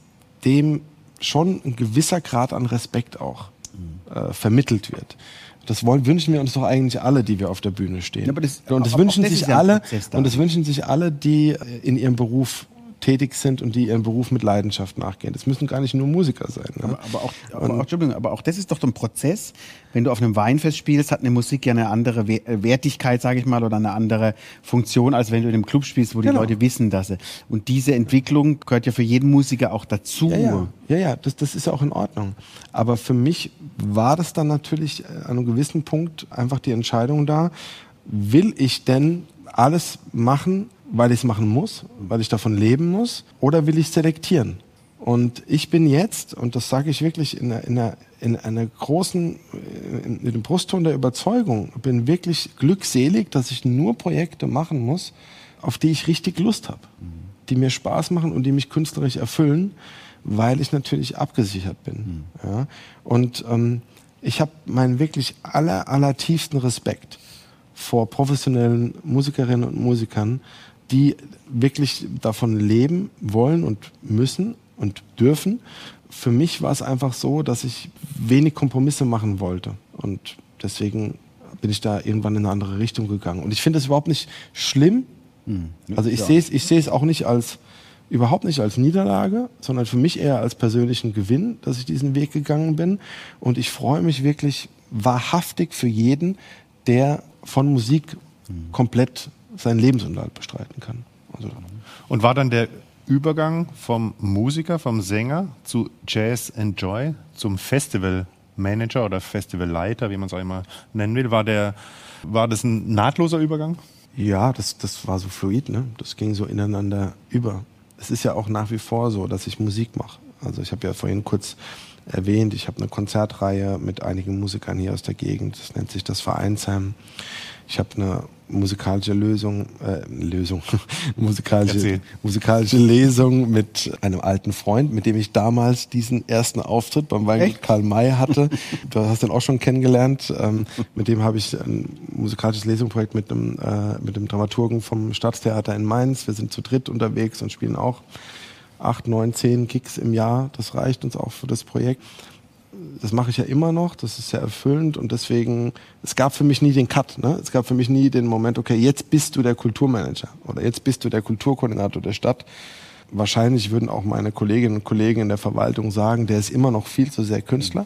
S4: dem schon ein gewisser Grad an Respekt auch
S2: Mhm.
S4: äh, vermittelt wird. Das wollen, wünschen wir uns doch eigentlich alle, die wir auf der Bühne stehen.
S2: Ja, aber das-
S4: und das
S2: auch- auch
S4: wünschen
S2: das ist
S4: sich
S2: ja ein
S4: alle.
S2: Prozess da.
S4: Und das wünschen sich alle, die äh, in ihrem Beruf tätig sind und die ihrem Beruf mit Leidenschaft nachgehen. Das müssen gar nicht nur Musiker sein. Ne?
S2: Aber, aber, auch, aber, auch, Entschuldigung, aber auch das ist doch so ein Prozess. Wenn du auf einem Weinfest spielst, hat eine Musik ja eine andere We- äh, Wertigkeit, sage ich mal, oder eine andere Funktion, als wenn du in einem Club spielst, wo die
S4: Genau.
S2: Leute wissen, dass sie. Und diese Entwicklung gehört ja für jeden Musiker auch dazu.
S4: Ja, ja, ja, ja das, das ist ja auch in Ordnung. Aber für mich war das dann natürlich äh, an einem gewissen Punkt einfach die Entscheidung da, will ich denn alles machen, weil ich es machen muss, weil ich davon leben muss, oder will ich selektieren? Und ich bin jetzt, und das sage ich wirklich in einer, in einer, in einer großen, äh, in, in dem Brustton der Überzeugung, bin wirklich glückselig, dass ich nur Projekte machen muss, auf die ich richtig Lust habe die mir Spaß machen und die mich künstlerisch erfüllen, weil ich natürlich abgesichert bin. Ja? Und ähm, ich habe meinen wirklich aller, aller tiefsten Respekt vor professionellen Musikerinnen und Musikern, die wirklich davon leben wollen und müssen und dürfen. Für mich war es einfach so, dass ich wenig Kompromisse machen wollte. Und deswegen bin ich da irgendwann in eine andere Richtung gegangen. Und ich finde es überhaupt nicht schlimm, also ich sehe es, ich sehe es auch nicht als überhaupt nicht als Niederlage, sondern für mich eher als persönlichen Gewinn, dass ich diesen Weg gegangen bin. Und ich freue mich wirklich wahrhaftig für jeden, der von Musik komplett seinen Lebensunterhalt bestreiten kann. Also,
S3: Und war dann der Übergang vom Musiker, vom Sänger zu Jazz and Joy zum Festivalmanager oder Festivalleiter, wie man es auch immer nennen will, war der war das ein nahtloser Übergang?
S4: ja, das, das war so fluid, ne? Das ging so ineinander über. Es ist ja auch nach wie vor so, dass ich Musik mache. Also ich habe ja vorhin kurz erwähnt, ich habe eine Konzertreihe mit einigen Musikern hier aus der Gegend. Das nennt sich das Vereinsheim. Ich habe eine musikalische Lösung, äh, Lösung, musikalische,
S3: Erzähl.
S4: musikalische Lesung mit einem alten Freund, mit dem ich damals diesen ersten Auftritt beim Weingut Karl May hatte. du hast den auch schon kennengelernt. Ähm, mit dem habe ich ein musikalisches Lesungsprojekt mit einem, äh, mit einem Dramaturgen vom Staatstheater in Mainz. Wir sind zu dritt unterwegs und spielen auch acht, neun, zehn Gigs im Jahr. Das reicht uns auch für das Projekt. das mache ich ja immer noch, das ist sehr erfüllend und deswegen, es gab für mich nie den Cut, ne? es gab für mich nie den Moment, okay, jetzt bist du der Kulturmanager oder jetzt bist du der Kulturkoordinator der Stadt. Wahrscheinlich würden auch meine Kolleginnen und Kollegen in der Verwaltung sagen, der ist immer noch viel zu sehr Künstler.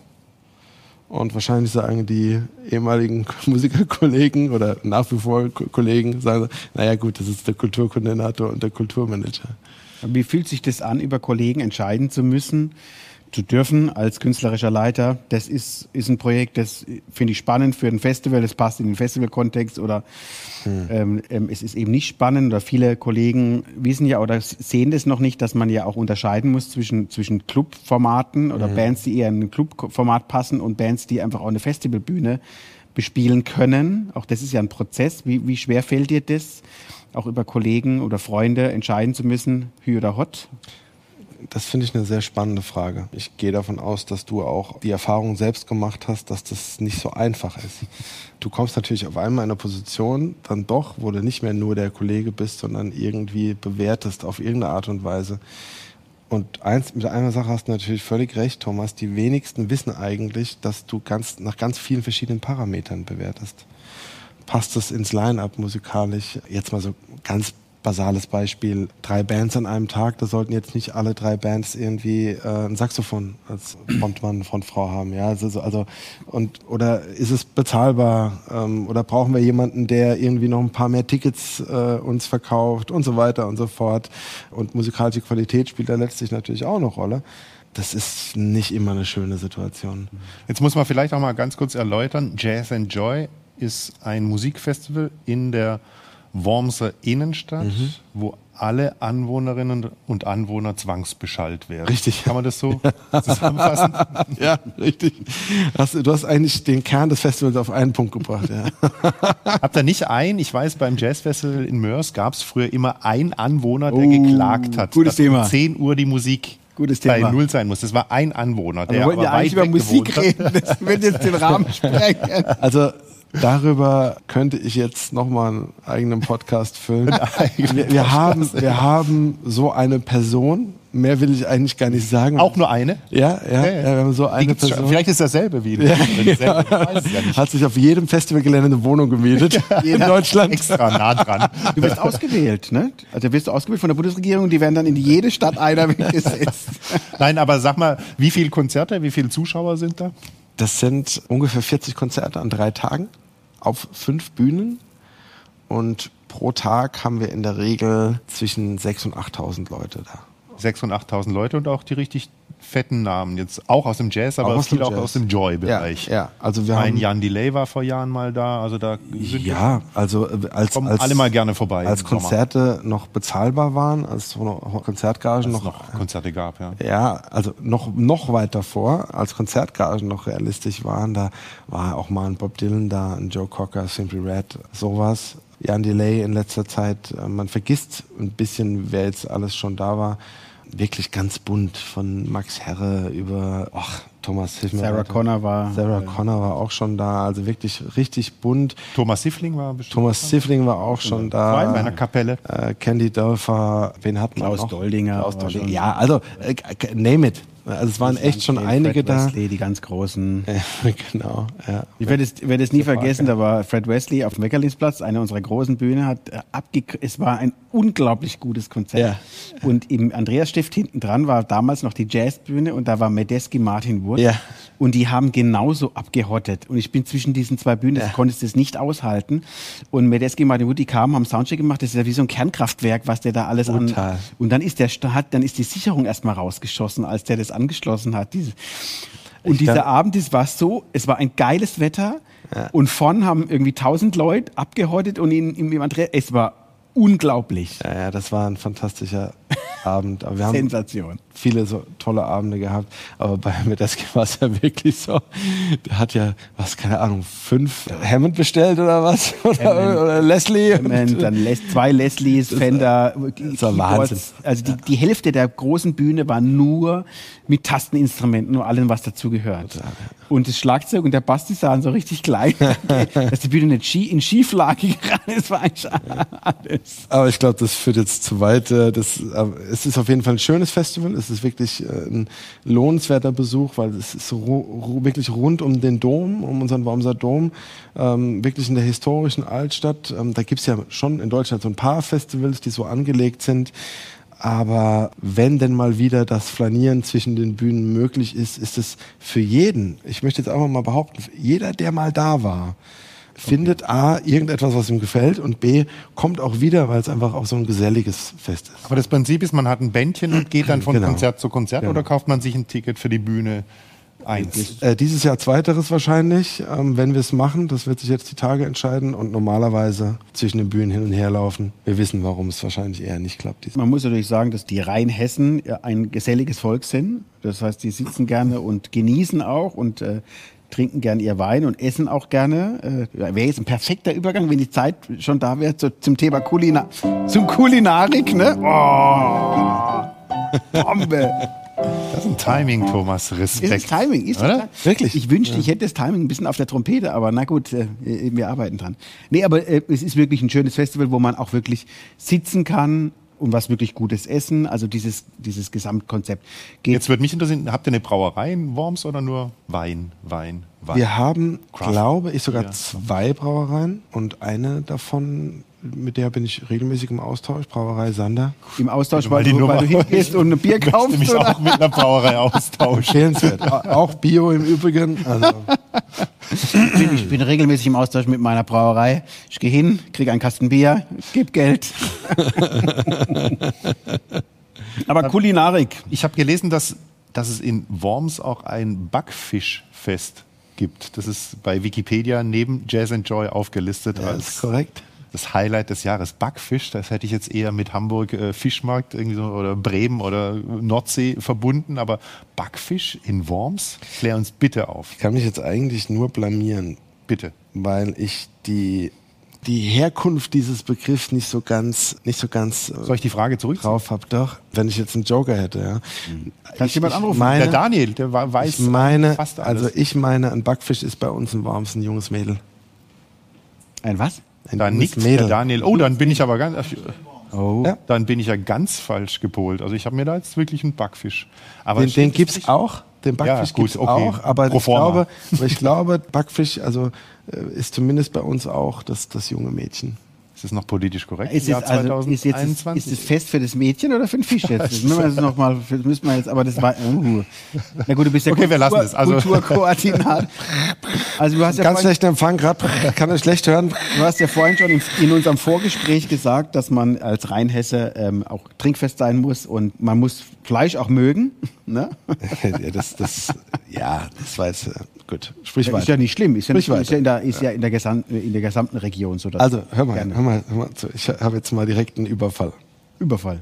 S4: Und wahrscheinlich sagen die ehemaligen Musikerkollegen oder nach wie vor Ko- Kollegen, sagen, naja gut, das ist der Kulturkoordinator und der Kulturmanager.
S2: Wie fühlt sich das an, über Kollegen entscheiden zu müssen, zu dürfen als künstlerischer Leiter? Das ist, ist ein Projekt, das äh, finde ich spannend für ein Festival, das passt in den Festivalkontext oder ähm, ähm, es ist eben nicht spannend oder viele Kollegen wissen ja oder s- sehen das noch nicht, dass man ja auch unterscheiden muss zwischen, zwischen Clubformaten oder
S3: Mhm.
S2: Bands, die eher in ein Clubformat passen und Bands, die einfach auch eine Festivalbühne bespielen können. Auch das ist ja ein Prozess. Wie, wie schwer fällt dir das? auch über Kollegen oder Freunde entscheiden zu müssen, Hü oder Hot?
S4: Das finde ich eine sehr spannende Frage. Ich gehe davon aus, dass du auch die Erfahrung selbst gemacht hast, dass das nicht so einfach ist. Du kommst natürlich auf einmal in eine Position, dann doch, wo du nicht mehr nur der Kollege bist, sondern irgendwie bewertest auf irgendeine Art und Weise. Und eins, mit einer Sache hast du natürlich völlig recht, Thomas. Die wenigsten wissen eigentlich, dass du ganz, nach ganz vielen verschiedenen Parametern bewertest passt es ins Line-up musikalisch? Jetzt mal so ganz basales Beispiel. Drei Bands an einem Tag, da sollten jetzt nicht alle drei Bands irgendwie äh, ein Saxophon als Frontmann, Frontfrau haben. Ja, also, so- also und oder ist es bezahlbar? Ähm, oder brauchen wir jemanden, der irgendwie noch ein paar mehr Tickets äh, uns verkauft und so weiter und so fort? Und musikalische Qualität spielt da letztlich natürlich auch eine Rolle. Das ist nicht immer eine schöne Situation.
S3: Jetzt muss man vielleicht auch mal ganz kurz erläutern, Jazz and Joy ist ein Musikfestival in der Wormser Innenstadt,
S2: Mhm.
S3: wo alle Anwohnerinnen und Anwohner zwangsbeschallt werden.
S4: Richtig.
S3: Kann man das so zusammenfassen?
S4: Ja, richtig. Hast, du- du hast eigentlich den Kern des Festivals auf einen Punkt gebracht. Ja.
S3: Habt ihr nicht ein, ich weiß, beim Jazzfestival in Mörs gab es früher immer einen Anwohner, der geklagt hat,
S2: Oh, gutes
S3: dass um
S2: Thema.
S3: 10 Uhr die Musik
S2: Gutes
S3: bei
S2: Thema.
S3: Null sein muss. Das war ein Anwohner, der
S2: Wir wollten
S3: aber
S2: ja
S3: weit
S2: Also, eigentlich über Musik
S3: weg gewohnt ne? hat.
S2: reden. Das wird jetzt den Rahmen sprengen.
S4: Also darüber könnte ich jetzt nochmal einen eigenen Podcast füllen. Wir, wir, haben, wir haben so eine Person, mehr will ich eigentlich gar nicht sagen.
S3: Auch nur eine?
S4: ja, ja, ja, wir haben so
S3: Die
S4: eine
S3: gibt's schon.
S4: Person.
S3: Vielleicht ist dasselbe wie in Koblenz selber, man weiß es ja nicht.
S4: Hat sich auf jedem Festivalgelände eine Wohnung gemietet in Deutschland.
S3: Extra nah dran.
S2: Du wirst ausgewählt, ne? Also wirst du ausgewählt von der Bundesregierung, die werden dann in jede Stadt einer weggesetzt.
S3: Nein, aber sag mal, wie viele Konzerte, wie viele Zuschauer sind da?
S4: Das sind ungefähr 40 Konzerte an drei Tagen auf fünf Bühnen. Und pro Tag haben wir in der Regel zwischen 6.000 und 8.000 Leute da.
S3: 6.000 und 8.000 Leute und auch die richtig fetten Namen. Jetzt auch aus dem Jazz, aber
S4: Auch aus
S3: viel
S4: dem
S3: auch
S4: Jazz.
S3: aus dem Joy-Bereich.
S4: Ja, ja. Also wir
S3: Ein
S4: haben-
S3: Jan Delay war vor Jahren mal da. Also da sind
S4: Ja, also äh, als,
S3: Kommen
S4: als
S3: alle mal gerne vorbei
S4: Als
S3: im Sommer.
S4: Konzerte noch bezahlbar waren, als so noch Konzertgagen
S3: noch,
S4: noch,
S3: noch Konzerte gab, ja.
S4: ja, also noch noch weiter vor, als Konzertgagen noch realistisch waren, da war auch mal ein Bob Dylan da, ein Joe Cocker, Simply Red, sowas. Jan Delay in letzter Zeit, äh, man vergisst ein bisschen, wer jetzt alles schon da war. Wirklich ganz bunt von Max Herre über, ach, Thomas hilf mir
S2: Sarah
S4: weiter.
S2: Connor war-
S4: Sarah Connor war auch schon da, also wirklich richtig bunt.
S3: Thomas Siffling war bestimmt.
S4: Thomas Siffling war auch schon
S2: Genau.
S4: da.
S3: Vor allem in der Kapelle.
S4: Äh, Candy Dörfer, wen hat man
S2: Klaus
S4: noch?
S2: Doldinger
S4: Klaus
S2: war
S4: Doldinger.
S2: schon-
S4: Ja, also äh, g- name it. Also es waren echt schon
S2: Fred
S4: einige da.
S2: Wesley, die ganz großen.
S4: genau. Ja.
S2: Ich werde es, werde es nie vergessen, da war Fred Wesley auf dem Weckerlingsplatz, eine unserer großen Bühne, hat äh, abge es war ein unglaublich gutes Konzert. Und im Andreasstift hinten dran war damals noch die Jazzbühne und da war Medeski Martin Wood.
S4: Ja.
S2: Und die haben genauso abgehottet. Und ich bin zwischen diesen zwei Bühnen, das konntest es nicht aushalten. Und Medeski Martin Wood, die kamen, haben Soundcheck gemacht, das ist ja wie so ein Kernkraftwerk, was der da alles
S4: Brutal.
S2: an, und dann ist der Staat, dann ist die Sicherung erstmal rausgeschossen, als der das angeschlossen hat. Diese und dieser
S4: glaub-
S2: Abend, es war so, es war ein geiles Wetter und vorn haben irgendwie tausend Leute abgehäutet und in, in, im Andrea, es war unglaublich.
S4: Ja, ja, das war ein fantastischer Abend. Aber wir haben
S2: Sensation.
S4: viele so tolle Abende gehabt. Aber bei Medeski war es ja wirklich so. Der hat ja, was, keine Ahnung, fünf Hammond bestellt oder was? Oder, oder Leslie.
S2: Man, dann Les zwei Leslies, Fender,
S4: ist ja äh, Wahnsinn.
S2: Also die, die Hälfte der großen Bühne war nur mit Tasteninstrumenten und allem, was dazugehört. Und das Schlagzeug und der Basti sahen so richtig klein, dass die Bühne nicht schie- in Schieflage geraten ist, war eigentlich alles.
S4: Aber ich glaube, das führt jetzt zu weit. äh, Das, äh, es ist auf jeden Fall ein schönes Festival. Es ist wirklich äh, ein lohnenswerter Besuch, weil es ist ru ru wirklich rund um den Dom, um unseren Wormser Dom, ähm, wirklich in der historischen Altstadt. Ähm, da gibt's ja schon in Deutschland so ein paar Festivals, die so angelegt sind. Aber wenn denn mal wieder das Flanieren zwischen den Bühnen möglich ist, ist es für jeden, ich möchte jetzt einfach mal behaupten, jeder, der mal da war, findet A, irgendetwas, was ihm gefällt und B, kommt auch wieder, weil es einfach auch so ein geselliges Fest ist.
S3: Aber das Prinzip ist, man hat ein Bändchen und geht dann von
S4: Genau.
S3: Konzert zu Konzert oder kauft man sich ein Ticket für die Bühne eins?
S4: Äh, dieses Jahr zweiteres wahrscheinlich, ähm, wenn wir es machen. Das wird sich jetzt die Tage entscheiden und normalerweise zwischen den Bühnen hin und her laufen. Wir wissen, warum es wahrscheinlich eher nicht klappt. dieses-
S2: Man muss natürlich sagen, dass die Rheinhessen ja ein geselliges Volk sind. Das heißt, die sitzen gerne ne, und genießen auch und äh, trinken gerne ihr Wein und essen auch gerne. Äh, wäre jetzt ein perfekter Übergang, wenn die Zeit schon da wäre, zu, zum Thema Kulina zum Kulinarik, ne? Oh, Bombe!
S3: Das ist ein Timing, Thomas.
S2: Ist
S3: Respekt.
S2: das Timing, ist
S3: Oder?
S2: das Timing.
S4: Wirklich?
S2: Ich wünschte, ich hätte das Timing ein bisschen auf der Trompete, aber na gut, äh, wir arbeiten dran. Nee, aber äh, es ist wirklich ein schönes Festival, wo man auch wirklich sitzen kann und was wirklich Gutes essen. Also dieses, dieses Gesamtkonzept geht
S3: Jetzt würde mich interessieren, habt ihr eine Brauerei in Worms oder nur Wein, Wein, Wein?
S4: Wir haben,
S3: Craft.
S4: glaube ich, sogar
S3: Ja.
S4: zwei Brauereien und eine davon, mit der bin ich regelmäßig im Austausch, Brauerei Sander.
S2: im Austausch,
S3: Also mal
S2: weil
S3: die
S2: du, weil du
S3: Nummer-
S2: hingehst und ein Bier
S3: Ich möchte
S2: kaufst.
S3: mich
S2: Oder?
S3: auch mit einer Brauerei austauschen.
S4: Empfehlenswert. auch Bio im Übrigen. Also,
S2: Ich bin regelmäßig im Austausch mit meiner Brauerei. Ich gehe hin, kriege einen Kasten Bier, gebe Geld. aber Kulinarik.
S3: Ich habe gelesen, dass, dass es in Worms auch ein Backfischfest gibt. Das ist bei Wikipedia neben Jazz and Joy aufgelistet
S4: das ist
S3: als
S4: korrekt.
S3: das Highlight des Jahres. Backfisch, das hätte ich jetzt eher mit Hamburg äh, Fischmarkt irgendwie so, oder Bremen oder Nordsee verbunden, aber Backfisch in Worms, klär uns bitte auf.
S4: Ich kann mich jetzt eigentlich nur blamieren,
S3: Bitte.
S4: weil ich die, die Herkunft dieses Begriffs nicht so ganz, nicht so ganz äh,
S3: Soll ich die Frage zurückziehen?
S4: drauf habe. Doch, wenn ich jetzt einen Joker hätte, ja.
S3: Kannst
S4: Ich-
S3: jemand
S4: ich
S3: anrufen?
S4: meine-
S3: der Daniel, der wa- weiß
S4: Ich meine,
S3: fast alles.
S4: also ich meine, ein Backfisch ist bei uns im Worms ein junges Mädel.
S2: Ein was?
S4: Ein
S3: da
S4: junges
S3: nickt der Daniel. Oh, dann bin ich aber ganz,
S2: Oh.
S4: Ja.
S3: dann bin ich ja ganz falsch gepolt. Also ich habe mir da jetzt wirklich einen Backfisch. Aber
S4: Den, den
S3: stimmt,
S4: gibt's
S3: nicht?
S4: auch. Den Backfisch
S3: gut,
S4: gibt's
S3: okay.
S4: auch, aber
S3: Pro
S4: ich,
S3: forma.
S4: glaube, aber ich glaube, Backfisch also, äh, ist zumindest bei uns auch das, das junge Mädchen.
S3: Ist das noch politisch korrekt?
S2: Ist,
S3: Jahr
S2: jetzt also, ist, jetzt das, ist das fest für das Mädchen oder für den Fisch jetzt? Das müssen wir jetzt noch mal, das müssen wir jetzt, aber das war, uh. Na gut, du bist ja
S3: Okay, wir lassen
S2: Kultur-
S3: es. Also-
S2: Kulturkoordinator. Also du hast ja
S4: Ganz
S2: vorhin,
S4: schlechter Empfang gerade, kann euch schlecht hören.
S2: du hast ja vorhin schon in, in unserem Vorgespräch gesagt, dass man als Rheinhesse ähm, auch trinkfest sein muss und man muss Fleisch auch mögen, ne?
S4: ja, das, das, ja, das war jetzt äh, gut. Sprich
S2: Ist
S4: weiter.
S2: ja nicht schlimm, ist ja,
S4: Sprich
S2: nicht, ist ja,
S4: weiter.
S2: in, der, ist ja in, der gesamten, in der gesamten Region so. dass-
S4: Also, hör mal,
S2: Gerne.
S4: hör mal, hör mal zu. Ich habe jetzt mal direkt einen Überfall.
S2: Überfall.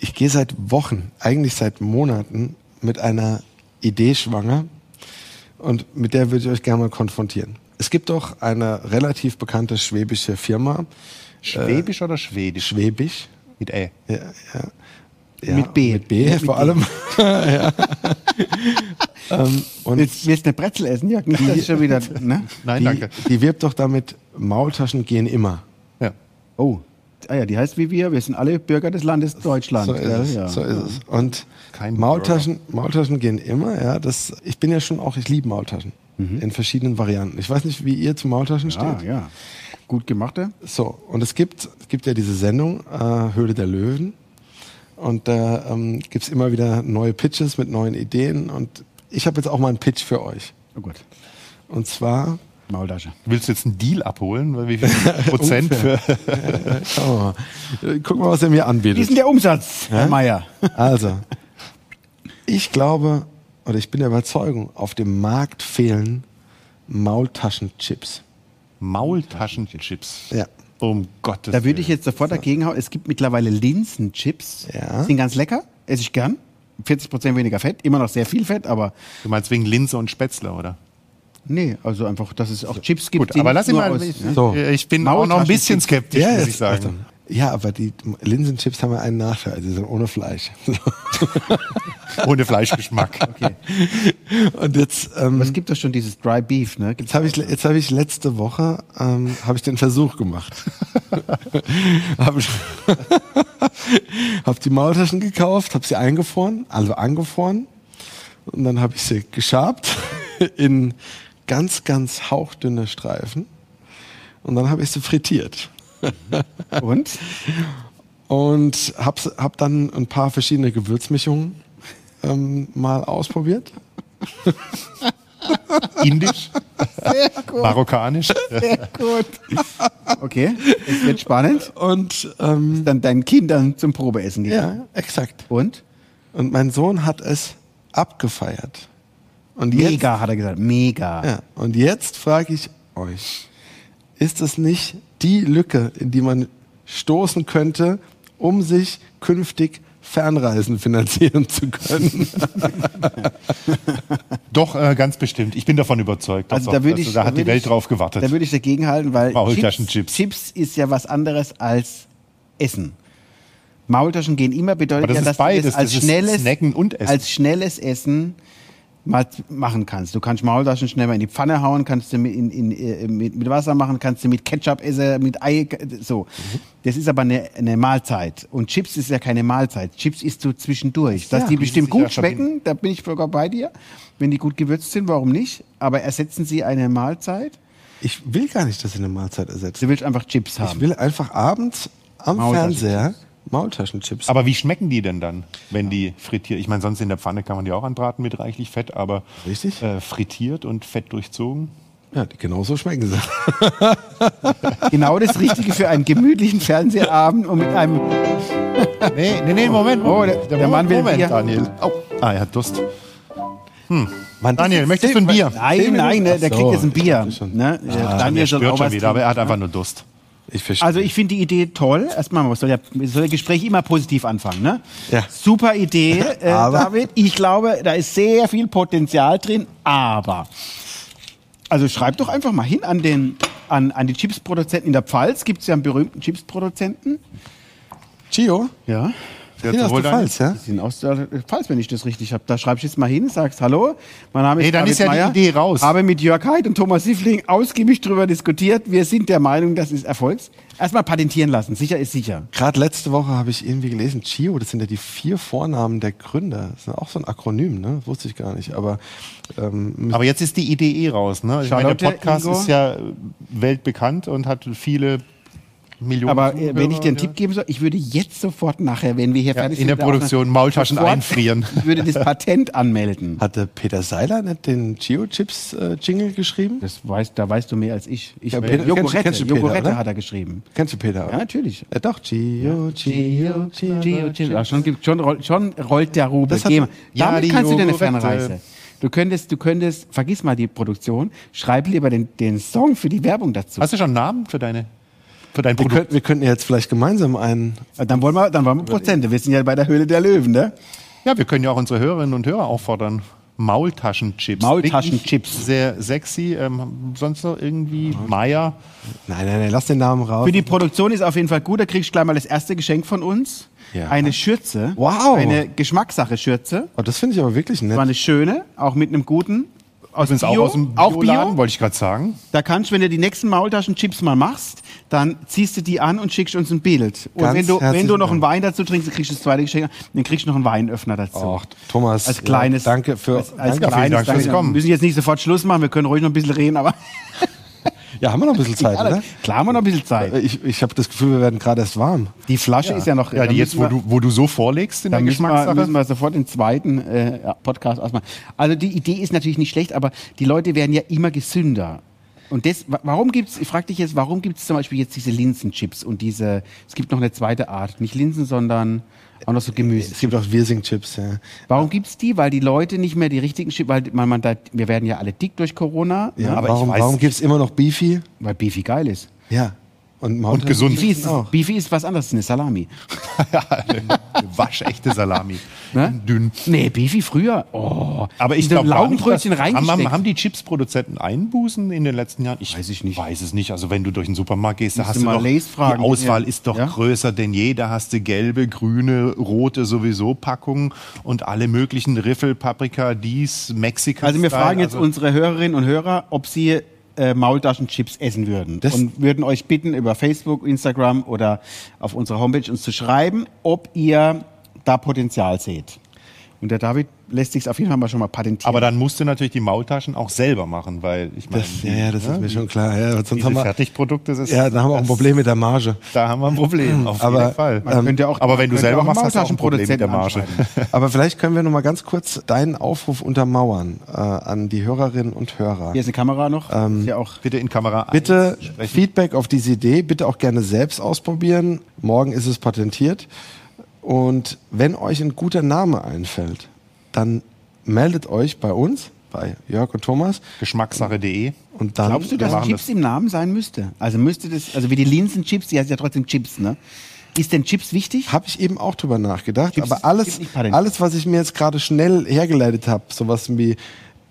S4: ich gehe seit Wochen, eigentlich seit Monaten mit einer Idee schwanger und mit der würde ich euch gerne mal konfrontieren. Es gibt doch eine relativ bekannte schwäbische Firma,
S3: Äh, Schwäbisch oder Schwedisch?
S4: Schwäbisch,
S3: Mit Ä.
S4: ja, ja. Ja,
S2: Mit B.
S4: Mit B
S2: Mit
S4: vor
S2: B.
S4: allem. ja. ähm, und
S2: Jetzt willst du eine Brezel essen, Jörg? Nicht, das ist schon wieder, ne?
S3: Nein,
S4: die,
S3: danke.
S4: die wirbt doch damit, Maultaschen gehen immer.
S3: Ja.
S2: Oh. Ah ja, die heißt wie wir. Wir sind alle Bürger des Landes Deutschland.
S4: So ist
S2: gell?
S4: es.
S2: Ja.
S4: So ist es. Und
S3: Kein
S4: Maultaschen, Maultaschen gehen immer. Ja, das, ich bin ja schon auch, ich liebe Maultaschen in verschiedenen Varianten. Ich weiß nicht, wie ihr zu Maultaschen
S2: Ah,
S4: steht.
S2: Mhm. ja. Gut gemacht, ja.
S4: So, und es gibt, es gibt ja diese Sendung äh, Höhle der Löwen. Und da ähm, gibt es immer wieder neue Pitches mit neuen Ideen. Und ich habe jetzt auch mal einen Pitch für euch.
S2: Oh Gott.
S4: Und zwar,
S2: Maultasche.
S3: Willst du jetzt einen Deal abholen? Weil Wie viel Prozent für.
S4: schauen wir mal, gucken wir mal, was er mir
S2: Wie
S4: anbietet.
S2: ist denn der Umsatz, Herr Meier?
S4: Also, ich glaube oder ich bin der Überzeugung, auf dem Markt fehlen Maultaschenchips.
S3: Maultaschenchips.
S4: Ja.
S3: Um Gottes
S2: Da würde ich
S3: Willen.
S2: jetzt sofort dagegen hauen. Es gibt mittlerweile Linsenchips.
S4: Ja.
S2: Sind ganz lecker. Esse ich gern. 40% weniger Fett. Immer noch sehr viel Fett, aber
S3: Du meinst wegen Linse und Spätzle, oder?
S2: nee. Also einfach, dass es auch Chips gibt.
S3: Gut, aber lass ihn
S2: nur
S3: mal.
S2: aus-
S3: ich,
S4: So.
S3: ich bin auch noch ein bisschen
S2: Maultaschenchips.
S3: skeptisch,
S4: Ja, Also,
S3: muss
S4: jetzt-
S3: ich sagen.
S4: Ja, aber die Linsenchips haben ja einen Nachteil. Sie sind ohne Fleisch.
S3: Ohne Fleischgeschmack.
S4: Und jetzt, ähm,
S3: Mhm.
S2: Es gibt doch schon dieses Dry Beef, ne?
S4: jetzt habe ich, jetzt hab ich letzte Woche ähm, habe ich den Versuch gemacht. habe ich hab die Maultaschen gekauft, habe sie eingefroren, also angefroren. Und dann habe ich sie geschabt in ganz, ganz hauchdünne Streifen. Und dann habe ich sie frittiert.
S2: Und?
S4: und hab, hab dann ein paar verschiedene Gewürzmischungen ähm, mal ausprobiert.
S3: Indisch,
S2: Sehr gut,
S3: marokkanisch.
S2: sehr gut. Okay, es wird spannend.
S4: Und ähm,
S2: Dann deinen Kindern zum Probeessen gehen.
S4: ja, exakt.
S2: Und?
S4: Und mein Sohn hat es abgefeiert. Und jetzt,
S2: Mega, hat er gesagt. Mega.
S4: Ja, und jetzt frage ich euch, ist es nicht die Lücke, in die man stoßen könnte, um sich künftig Fernreisen finanzieren zu können?
S3: Doch, äh, ganz bestimmt. Ich bin davon überzeugt.
S2: Also
S3: Doch,
S2: da würde
S3: doch.
S2: ich,
S3: da hat
S2: würd
S3: die Welt
S2: ich,
S3: drauf gewartet.
S2: Da würde ich dagegenhalten, weil
S3: Maultaschenchips.
S2: Chips ist ja was anderes als Essen. Maultaschen gehen immer bedeutet
S3: Aber das
S2: ja, dass
S3: ist
S2: du
S3: beides.
S2: das als
S3: Das ist
S2: schnelles
S3: Snacken und Essen.
S2: als schnelles Essen mal machen kannst. Du kannst Maultaschen schnell mal in die Pfanne hauen, kannst du mit, in, in, äh, mit, mit Wasser machen, kannst du mit Ketchup essen, mit Ei, so.
S3: Mhm.
S2: Das ist aber eine, eine Mahlzeit. Und Chips ist ja keine Mahlzeit. Chips isst du zwischendurch. Dass
S4: Ja,
S2: die
S4: die
S2: bestimmt
S3: sich
S2: gut
S3: ja verbinden.
S2: schmecken, da bin ich sogar bei dir. Wenn die gut gewürzt sind, warum nicht? Aber ersetzen sie eine Mahlzeit?
S4: Ich will gar nicht, dass sie eine Mahlzeit ersetzt.
S2: Du willst einfach Chips haben.
S4: Ich will einfach abends am
S2: Maultaschenchips.
S4: Fernseher Maultaschenchips.
S3: aber wie schmecken die denn dann, wenn die frittiert? Ich meine, sonst in der Pfanne kann man die auch anbraten mit reichlich Fett, aber
S4: Richtig.
S3: Äh, frittiert und fett durchzogen.
S4: Ja, die genauso schmecken sie.
S2: genau das Richtige für einen gemütlichen Fernsehabend und mit einem.
S3: Nee, nee, nee, Moment. Oh, der,
S2: der Mann will Bier.
S3: Moment, Daniel. Oh. Ah, er hat Durst.
S4: Mann,
S3: Daniel, möchtest du ein Bier?
S2: Nein, nein, ne, der
S4: Ach so,
S2: kriegt jetzt ein
S4: ich
S2: Bier.
S4: dachte schon.
S2: Ne? Daniel
S3: Ah, Der
S2: soll
S3: spürt
S2: auch
S3: schon
S2: was
S3: wieder, aber
S2: trinken.
S3: er hat einfach nur Durst.
S4: Ich verstehe.
S2: Also ich finde die Idee toll. Erstmal, man soll ja man soll ja Gespräch immer positiv anfangen. Ne?
S4: Ja.
S2: Super Idee, äh,
S4: Aber-
S2: David. Ich glaube, da ist sehr viel Potenzial drin. Aber, also schreib doch einfach mal hin an, den, an, an die Chipsproduzenten. In der Pfalz gibt es ja einen berühmten Chipsproduzenten.
S4: Chio?
S2: Ja.
S3: Der
S4: Hier
S3: hat
S4: aus
S3: sowohl
S4: der Pfalz, ja?
S2: Die sind aus der Pfalz, wenn ich das richtig habe. Da schreibst du jetzt mal hin, sagst Hallo, mein Name ist
S3: Nee, dann
S2: David
S3: ist ja die
S2: Meyer,
S3: Idee raus.
S2: Habe mit Jörg Heid und Thomas Siffling ausgiebig darüber diskutiert. Wir sind der Meinung, das ist Erfolgs. Erstmal patentieren lassen, sicher ist sicher.
S4: Gerade letzte Woche habe ich irgendwie gelesen, Chio, das sind ja die vier Vornamen der Gründer. Das ist ja auch so ein Akronym, ne? Wusste ich gar nicht. Aber ähm,
S3: Aber jetzt ist die Idee eh raus. Ne? Ich meine,
S2: Charlotte,
S3: der Podcast
S2: Ingo?
S3: ist ja äh, weltbekannt und hat viele Millionen.
S2: Aber äh, wenn
S3: Zuhörer,
S2: ich dir einen
S3: ja.
S2: Tipp geben soll, ich würde jetzt sofort nachher, wenn wir hier
S3: Ja,
S2: fertig
S3: in
S2: sind,
S3: der
S2: auch
S3: Produktion
S2: noch-
S3: Maultaschen
S2: sofort-
S3: einfrieren.
S2: Ich würde das Patent anmelden.
S4: hatte Peter Seiler nicht den Chio-Chips-Jingle geschrieben?
S2: Das weiß, da weißt du mehr als ich. Ich
S4: Ja, Peter- kennst du-
S2: Jogurette,
S4: kennst du Peter,
S2: Jogurette
S4: oder?
S2: hat er geschrieben.
S4: Kennst du Peter?
S2: Ja, natürlich.
S4: Ja, doch, Chio, Chio, Chio, Chio,
S2: Ja, schon, gibt- schon, roll- schon rollt der Rubel.
S4: Das hat-
S2: Geh mal.
S3: Ja,
S2: Damit
S3: die
S2: kannst du dir eine
S3: Jogurette.
S2: Fernreise. Du könntest, du könntest, vergiss mal die Produktion, schreib lieber den, den Song für die Werbung dazu.
S3: Hast du schon einen Namen für, deine, für dein
S4: Wir,
S3: Produkt?
S4: könnten, wir könnten jetzt vielleicht gemeinsam einen.
S2: Dann wollen wir, dann wollen wir Prozente. Wir sind ja bei der Höhle der Löwen, ne?
S3: Ja, wir können ja auch unsere Hörerinnen und Hörer auffordern. Maultaschenchips.
S2: Maultaschenchips.
S3: Wirklich Sehr sexy. Ähm, sonst noch irgendwie Meier.
S4: Nein, nein, nein, lass den Namen raus.
S2: Für die Produktion ist auf jeden Fall gut. Da kriegst du gleich mal das erste Geschenk von uns.
S4: Ja.
S2: Eine Schürze.
S4: Wow.
S2: Eine Geschmackssache-Schürze.
S4: Oh, das finde ich aber wirklich nett.
S2: War eine schöne, auch mit einem guten. Aus
S3: Übrigens auch aus dem
S2: auch
S3: Bioladen,
S2: Bio.
S3: wollte ich gerade sagen.
S2: Da kannst du, wenn du die nächsten Maultaschen-Chips mal machst, dann ziehst du die an und schickst uns ein Bild. Und
S4: Ganz
S2: wenn du, wenn du
S4: herzlichen
S2: noch einen
S4: Dank.
S2: Wein dazu trinkst, dann kriegst du das zweite Geschenk, dann kriegst du noch einen Weinöffner dazu.
S4: Och, Thomas,
S2: als kleines.
S4: ja, danke für-
S2: als, als
S4: danke, vielen
S2: kleines.
S3: Dank fürs
S2: danke.
S3: Kommen.
S2: Wir müssen jetzt nicht sofort Schluss machen, wir können ruhig noch ein bisschen reden, aber
S4: Ja, haben wir noch ein bisschen Zeit, oder?
S2: klar haben wir noch ein bisschen Zeit.
S4: Ich, ich habe das Gefühl, wir werden gerade erst warm.
S2: Die Flasche ist ja noch.
S3: Ja,
S2: da
S3: die jetzt,
S2: müssen
S3: wo
S2: wir-
S3: du, wo du so vorlegst in
S2: Da
S3: der
S2: müssen wir,
S3: Geschmackssache.
S2: müssen wir sofort den zweiten äh, ja, Podcast ausmachen. Also die Idee ist natürlich nicht schlecht, aber die Leute werden ja immer gesünder. Und das, wa- warum gibt's, ich frage dich jetzt, warum gibt es zum Beispiel jetzt diese Linsenchips und diese, es gibt noch eine zweite Art, nicht Linsen, sondern auch noch so Gemüse.
S4: Es gibt auch Wirsing-Chips, ja.
S2: Warum gibt es die? Weil die Leute nicht mehr die richtigen Chips, weil man, man da, wir werden ja alle dick durch Corona, ne?
S4: ja
S3: aber ich
S4: warum
S3: weiß-
S4: warum gibt es immer noch Beefy?
S2: weil Beefy geil ist.
S4: Ja. Und Und, Oh. Maultaschen-
S3: Und gesund.
S2: Beefy ist,
S4: Auch.
S2: Beefy ist was anderes, eine Salami.
S3: Eine waschechte Salami.
S2: Ne?
S3: Dünn.
S2: Nee, Beefy früher. Oh.
S3: Aber ich
S2: In so
S3: glaube
S2: ein Laugenbrötchen
S3: haben,
S2: reingesteckt.
S3: haben, haben die Chipsproduzenten Einbußen in den letzten Jahren? Ich
S2: Weiß ich nicht.
S3: Weiß es nicht. Also wenn du durch den Supermarkt gehst, da
S2: Musst
S3: hast
S2: du
S3: du
S2: mal
S3: doch,
S2: Lays fragen.
S3: die Auswahl
S2: Ja.
S3: ist doch
S2: Ja?
S3: größer denn je. Da hast du gelbe, grüne, rote sowieso Packungen und alle möglichen Riffel, Paprika, dies, Mexika.
S2: Also wir fragen jetzt unsere Hörerinnen und Hörer, ob sie äh, Maultaschenchips essen würden.
S4: Das-
S2: und würden euch bitten, über Facebook, Instagram oder auf unserer Homepage uns zu schreiben, ob ihr da Potenzial seht. Und der David lässt sich auf jeden Fall mal schon mal patentieren.
S3: Aber dann musst du natürlich die Maultaschen auch selber machen, weil ich meine,
S4: Das, ja, ja, das ist ne? mir schon klar. Ja, sonst
S3: diese
S4: haben wir,
S3: Fertigprodukte, das ist,
S4: ja, dann haben wir auch ein Problem mit der Marge.
S3: da haben wir ein Problem. Auf
S4: Aber,
S3: jeden Fall.
S2: Man könnte ja auch-
S3: aber wenn du
S2: ähm, man könnte
S3: selber
S2: auch einen
S3: machst, hast du auch ein Problem mit der Marge.
S2: Maultaschenproduzenten
S4: Aber vielleicht können wir noch mal ganz kurz deinen Aufruf untermauern äh, an die Hörerinnen und Hörer.
S2: Hier ist eine Kamera noch. ist ja auch
S3: Bitte in Kamera eins
S4: Bitte
S3: sprechen.
S4: Feedback auf diese Idee, bitte auch gerne selbst ausprobieren. Morgen ist es patentiert. Und wenn euch ein guter Name einfällt, dann meldet euch bei uns, bei Jörg und Thomas.
S3: Geschmackssache.de.
S4: Und dann
S2: Glaubst du, dass
S3: wir machen
S2: Chips
S3: das.
S2: im Namen sein müsste? Also müsste das, also wie die Linsenchips, die heißt ja trotzdem Chips, ne? Ist denn Chips wichtig?
S4: Habe ich eben auch drüber nachgedacht.
S2: Chips
S4: aber alles,
S2: sind nicht patentiert.
S4: alles, was ich mir jetzt gerade schnell hergeleitet habe, sowas wie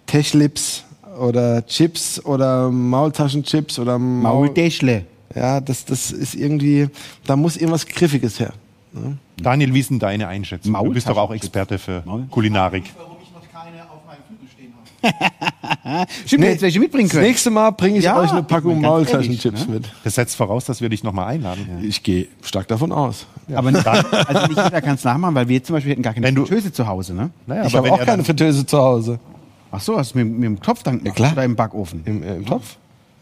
S4: Techlips oder Chips oder Maultaschenchips oder Maul.
S2: Maultäschle.
S4: ja, das, das ist irgendwie, da muss irgendwas Griffiges her.
S3: Daniel, wie ist denn deine Einschätzung? Du bist doch auch
S2: Maultaschen-
S3: Experte für
S2: Maul-
S3: Kulinarik.
S5: warum ich noch keine auf meinem Flügel stehen habe.
S2: Stimmt, nee, jetzt welche mitbringen
S4: Das
S2: können.
S4: nächste Mal bringe ich
S2: Ja,
S4: euch eine Packung
S2: ich bin ganz
S4: Maultaschenchips
S2: ehrlich, ne?
S4: mit.
S3: Das setzt voraus, dass wir dich nochmal einladen.
S4: Ich gehe stark davon aus.
S2: Aber nicht, also nicht jeder kann es nachmachen, weil wir zum Beispiel hätten gar keine
S3: Wenn du-
S2: Töse zu Hause, ne?
S3: Naja,
S4: ich habe
S3: wenn
S4: auch
S3: er
S4: keine
S3: dann-
S4: Fritteuse zu Hause.
S2: Ach so, hast du mit, mit dem Topf dann gemacht
S4: klar.
S2: oder im Backofen?
S4: Im, äh, im Topf?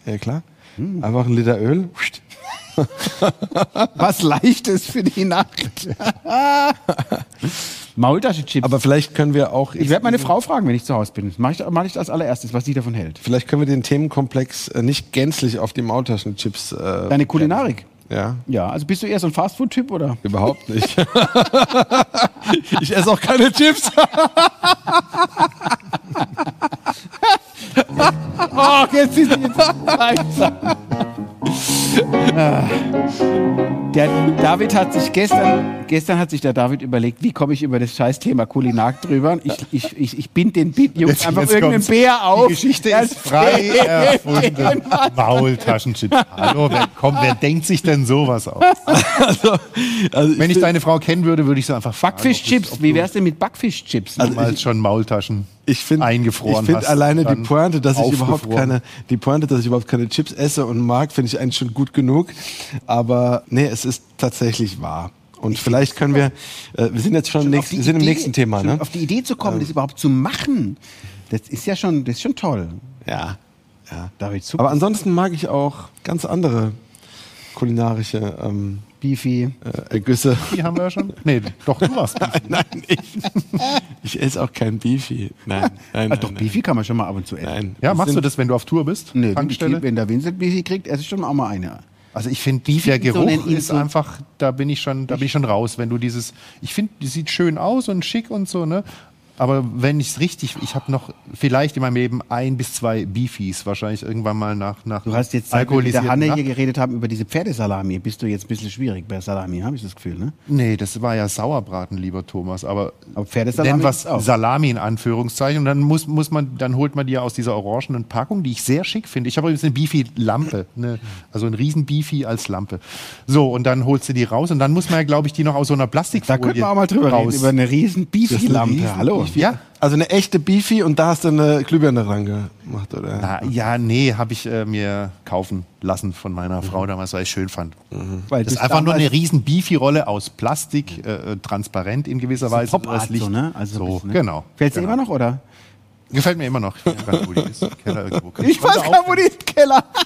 S4: Ja, klar.
S2: Hm.
S4: Einfach ein Liter Öl.
S2: Was leichtes für die Nacht. Maultaschenchips.
S4: Aber vielleicht können wir auch.
S2: ich werde meine Frau fragen, wenn ich zu Hause bin. Mache ich, mach ich als allererstes, was sie davon hält.
S4: Vielleicht können wir den Themenkomplex äh, nicht gänzlich auf die Maultaschenchips. Äh,
S2: Deine Kulinarik.
S4: ja,
S2: Ja, also bist du eher so ein Fastfood-Typ oder?
S4: überhaupt nicht. ich esse auch keine Chips.
S2: Ach, jetzt ist jetzt langsam. Ah. Der David hat sich gestern, gestern hat sich der David überlegt, wie komme ich über das Scheißthema Kulinar drüber? Ich, ich, ich, ich bind den Beat Jungs
S3: Jetzt-
S2: einfach
S3: jetzt
S2: irgendeinen
S3: kommt's.
S2: Bär auf.
S3: Die Geschichte
S2: Er
S3: ist frei erfunden. Maultaschenchips. Hallo, wer, komm, wer denkt sich denn sowas aus?
S4: also, also
S3: Wenn ich deine Frau kennen würde, würde ich so einfach fragen,
S2: Backfischchips, wie wär's denn mit Backfischchips?
S4: Also,
S3: ob du damals schon Maultaschen
S4: Ich finde
S3: eingefroren
S4: Ich finde
S3: hast.
S4: alleine die
S3: Dann
S4: Pointe, dass ich überhaupt
S3: aufgefroren.
S4: keine, die Pointe, dass ich überhaupt keine Chips esse und mag, finde ich eigentlich schon gut genug. Aber nee, es ist tatsächlich wahr. Und vielleicht können wir, äh, wir sind jetzt schon, im
S2: Auf
S4: nächsten,
S2: die
S4: wir sind im
S2: Idee-
S4: nächsten Thema,
S2: schon
S4: ne?
S2: Auf die Idee zu kommen, das überhaupt zu machen, das ist ja schon, das ist schon toll.
S4: Ja. ja.
S2: David, super.
S4: Aber ansonsten mag ich auch ganz andere kulinarische ähm,
S2: Beefy.
S4: äh, Ergüsse.
S3: Die haben wir ja schon. Nee, doch, du warst.
S4: nein, ich, ich esse auch kein Beefy. Nein, nein,
S2: Ah,
S4: nein,
S2: doch,
S4: nein,
S2: Beefy kann man schon mal ab und zu essen.
S4: nein.
S3: Ja, machst du das, wenn du auf Tour bist?
S2: Nee, wenn,
S3: Tankstelle?
S2: die, wenn der Vincent Beefy kriegt, esse ich schon auch mal eine.
S3: Also ich finde, der
S2: finden so
S3: Geruch
S2: einen
S3: ist
S2: Insel-
S3: einfach, da bin ich schon, da bin ich schon raus. Wenn du dieses, ich finde, die sieht schön aus und schick und so, ne? Aber wenn ich es richtig, ich habe noch vielleicht in meinem Leben ein bis zwei Beefies wahrscheinlich irgendwann mal nach nach
S2: Du hast jetzt Zeit, wo wir mit der
S3: alkoholisierten
S2: Hanne hier
S3: Nacht-
S2: geredet haben über diese Pferdesalami. Bist du jetzt ein bisschen schwierig bei Salami, habe ich das Gefühl, ne?
S3: Nee, das war ja Sauerbraten, lieber Thomas, aber
S2: Aber Pferdesalami
S3: Denn was
S2: gibt's auch.
S3: Salami in Anführungszeichen und dann muss, muss man dann holt man die ja aus dieser orangenen Packung, die ich sehr schick finde. Ich habe übrigens eine Beefy Lampe, eine, also ein riesen Beefy als Lampe. So und dann holst du die raus und dann muss man ja glaube ich die noch aus so einer
S2: Da
S3: Plastikfolie
S2: könnten wir auch mal drüber
S3: Oh, raus.
S2: reden, über eine riesen Beefy-Lampe. Hallo.
S3: Ja.
S4: Also eine echte Beefy und da hast du eine Glühbirne rangemacht, oder?
S3: Na, ja, nee, habe ich äh, mir kaufen lassen von meiner Frau damals, weil ich schön fand.
S2: Mhm. Weil
S3: Das ist
S2: du
S3: einfach nur
S2: damals-
S3: eine riesen Beefy-Rolle aus Plastik, äh, äh, transparent in gewisser Weise.
S2: Popart
S3: das Licht-
S2: so, ne? Also
S3: so,
S2: ein bisschen, ne?
S3: genau.
S2: Fällt's dir
S3: genau.
S2: immer noch, oder?
S3: Gefällt mir immer noch. Ich weiß gar nicht, wo die ist. Im Keller irgendwo. Kann
S2: Ich weiß
S3: heute
S2: gar nicht, wo die ist, Keller.
S3: auf-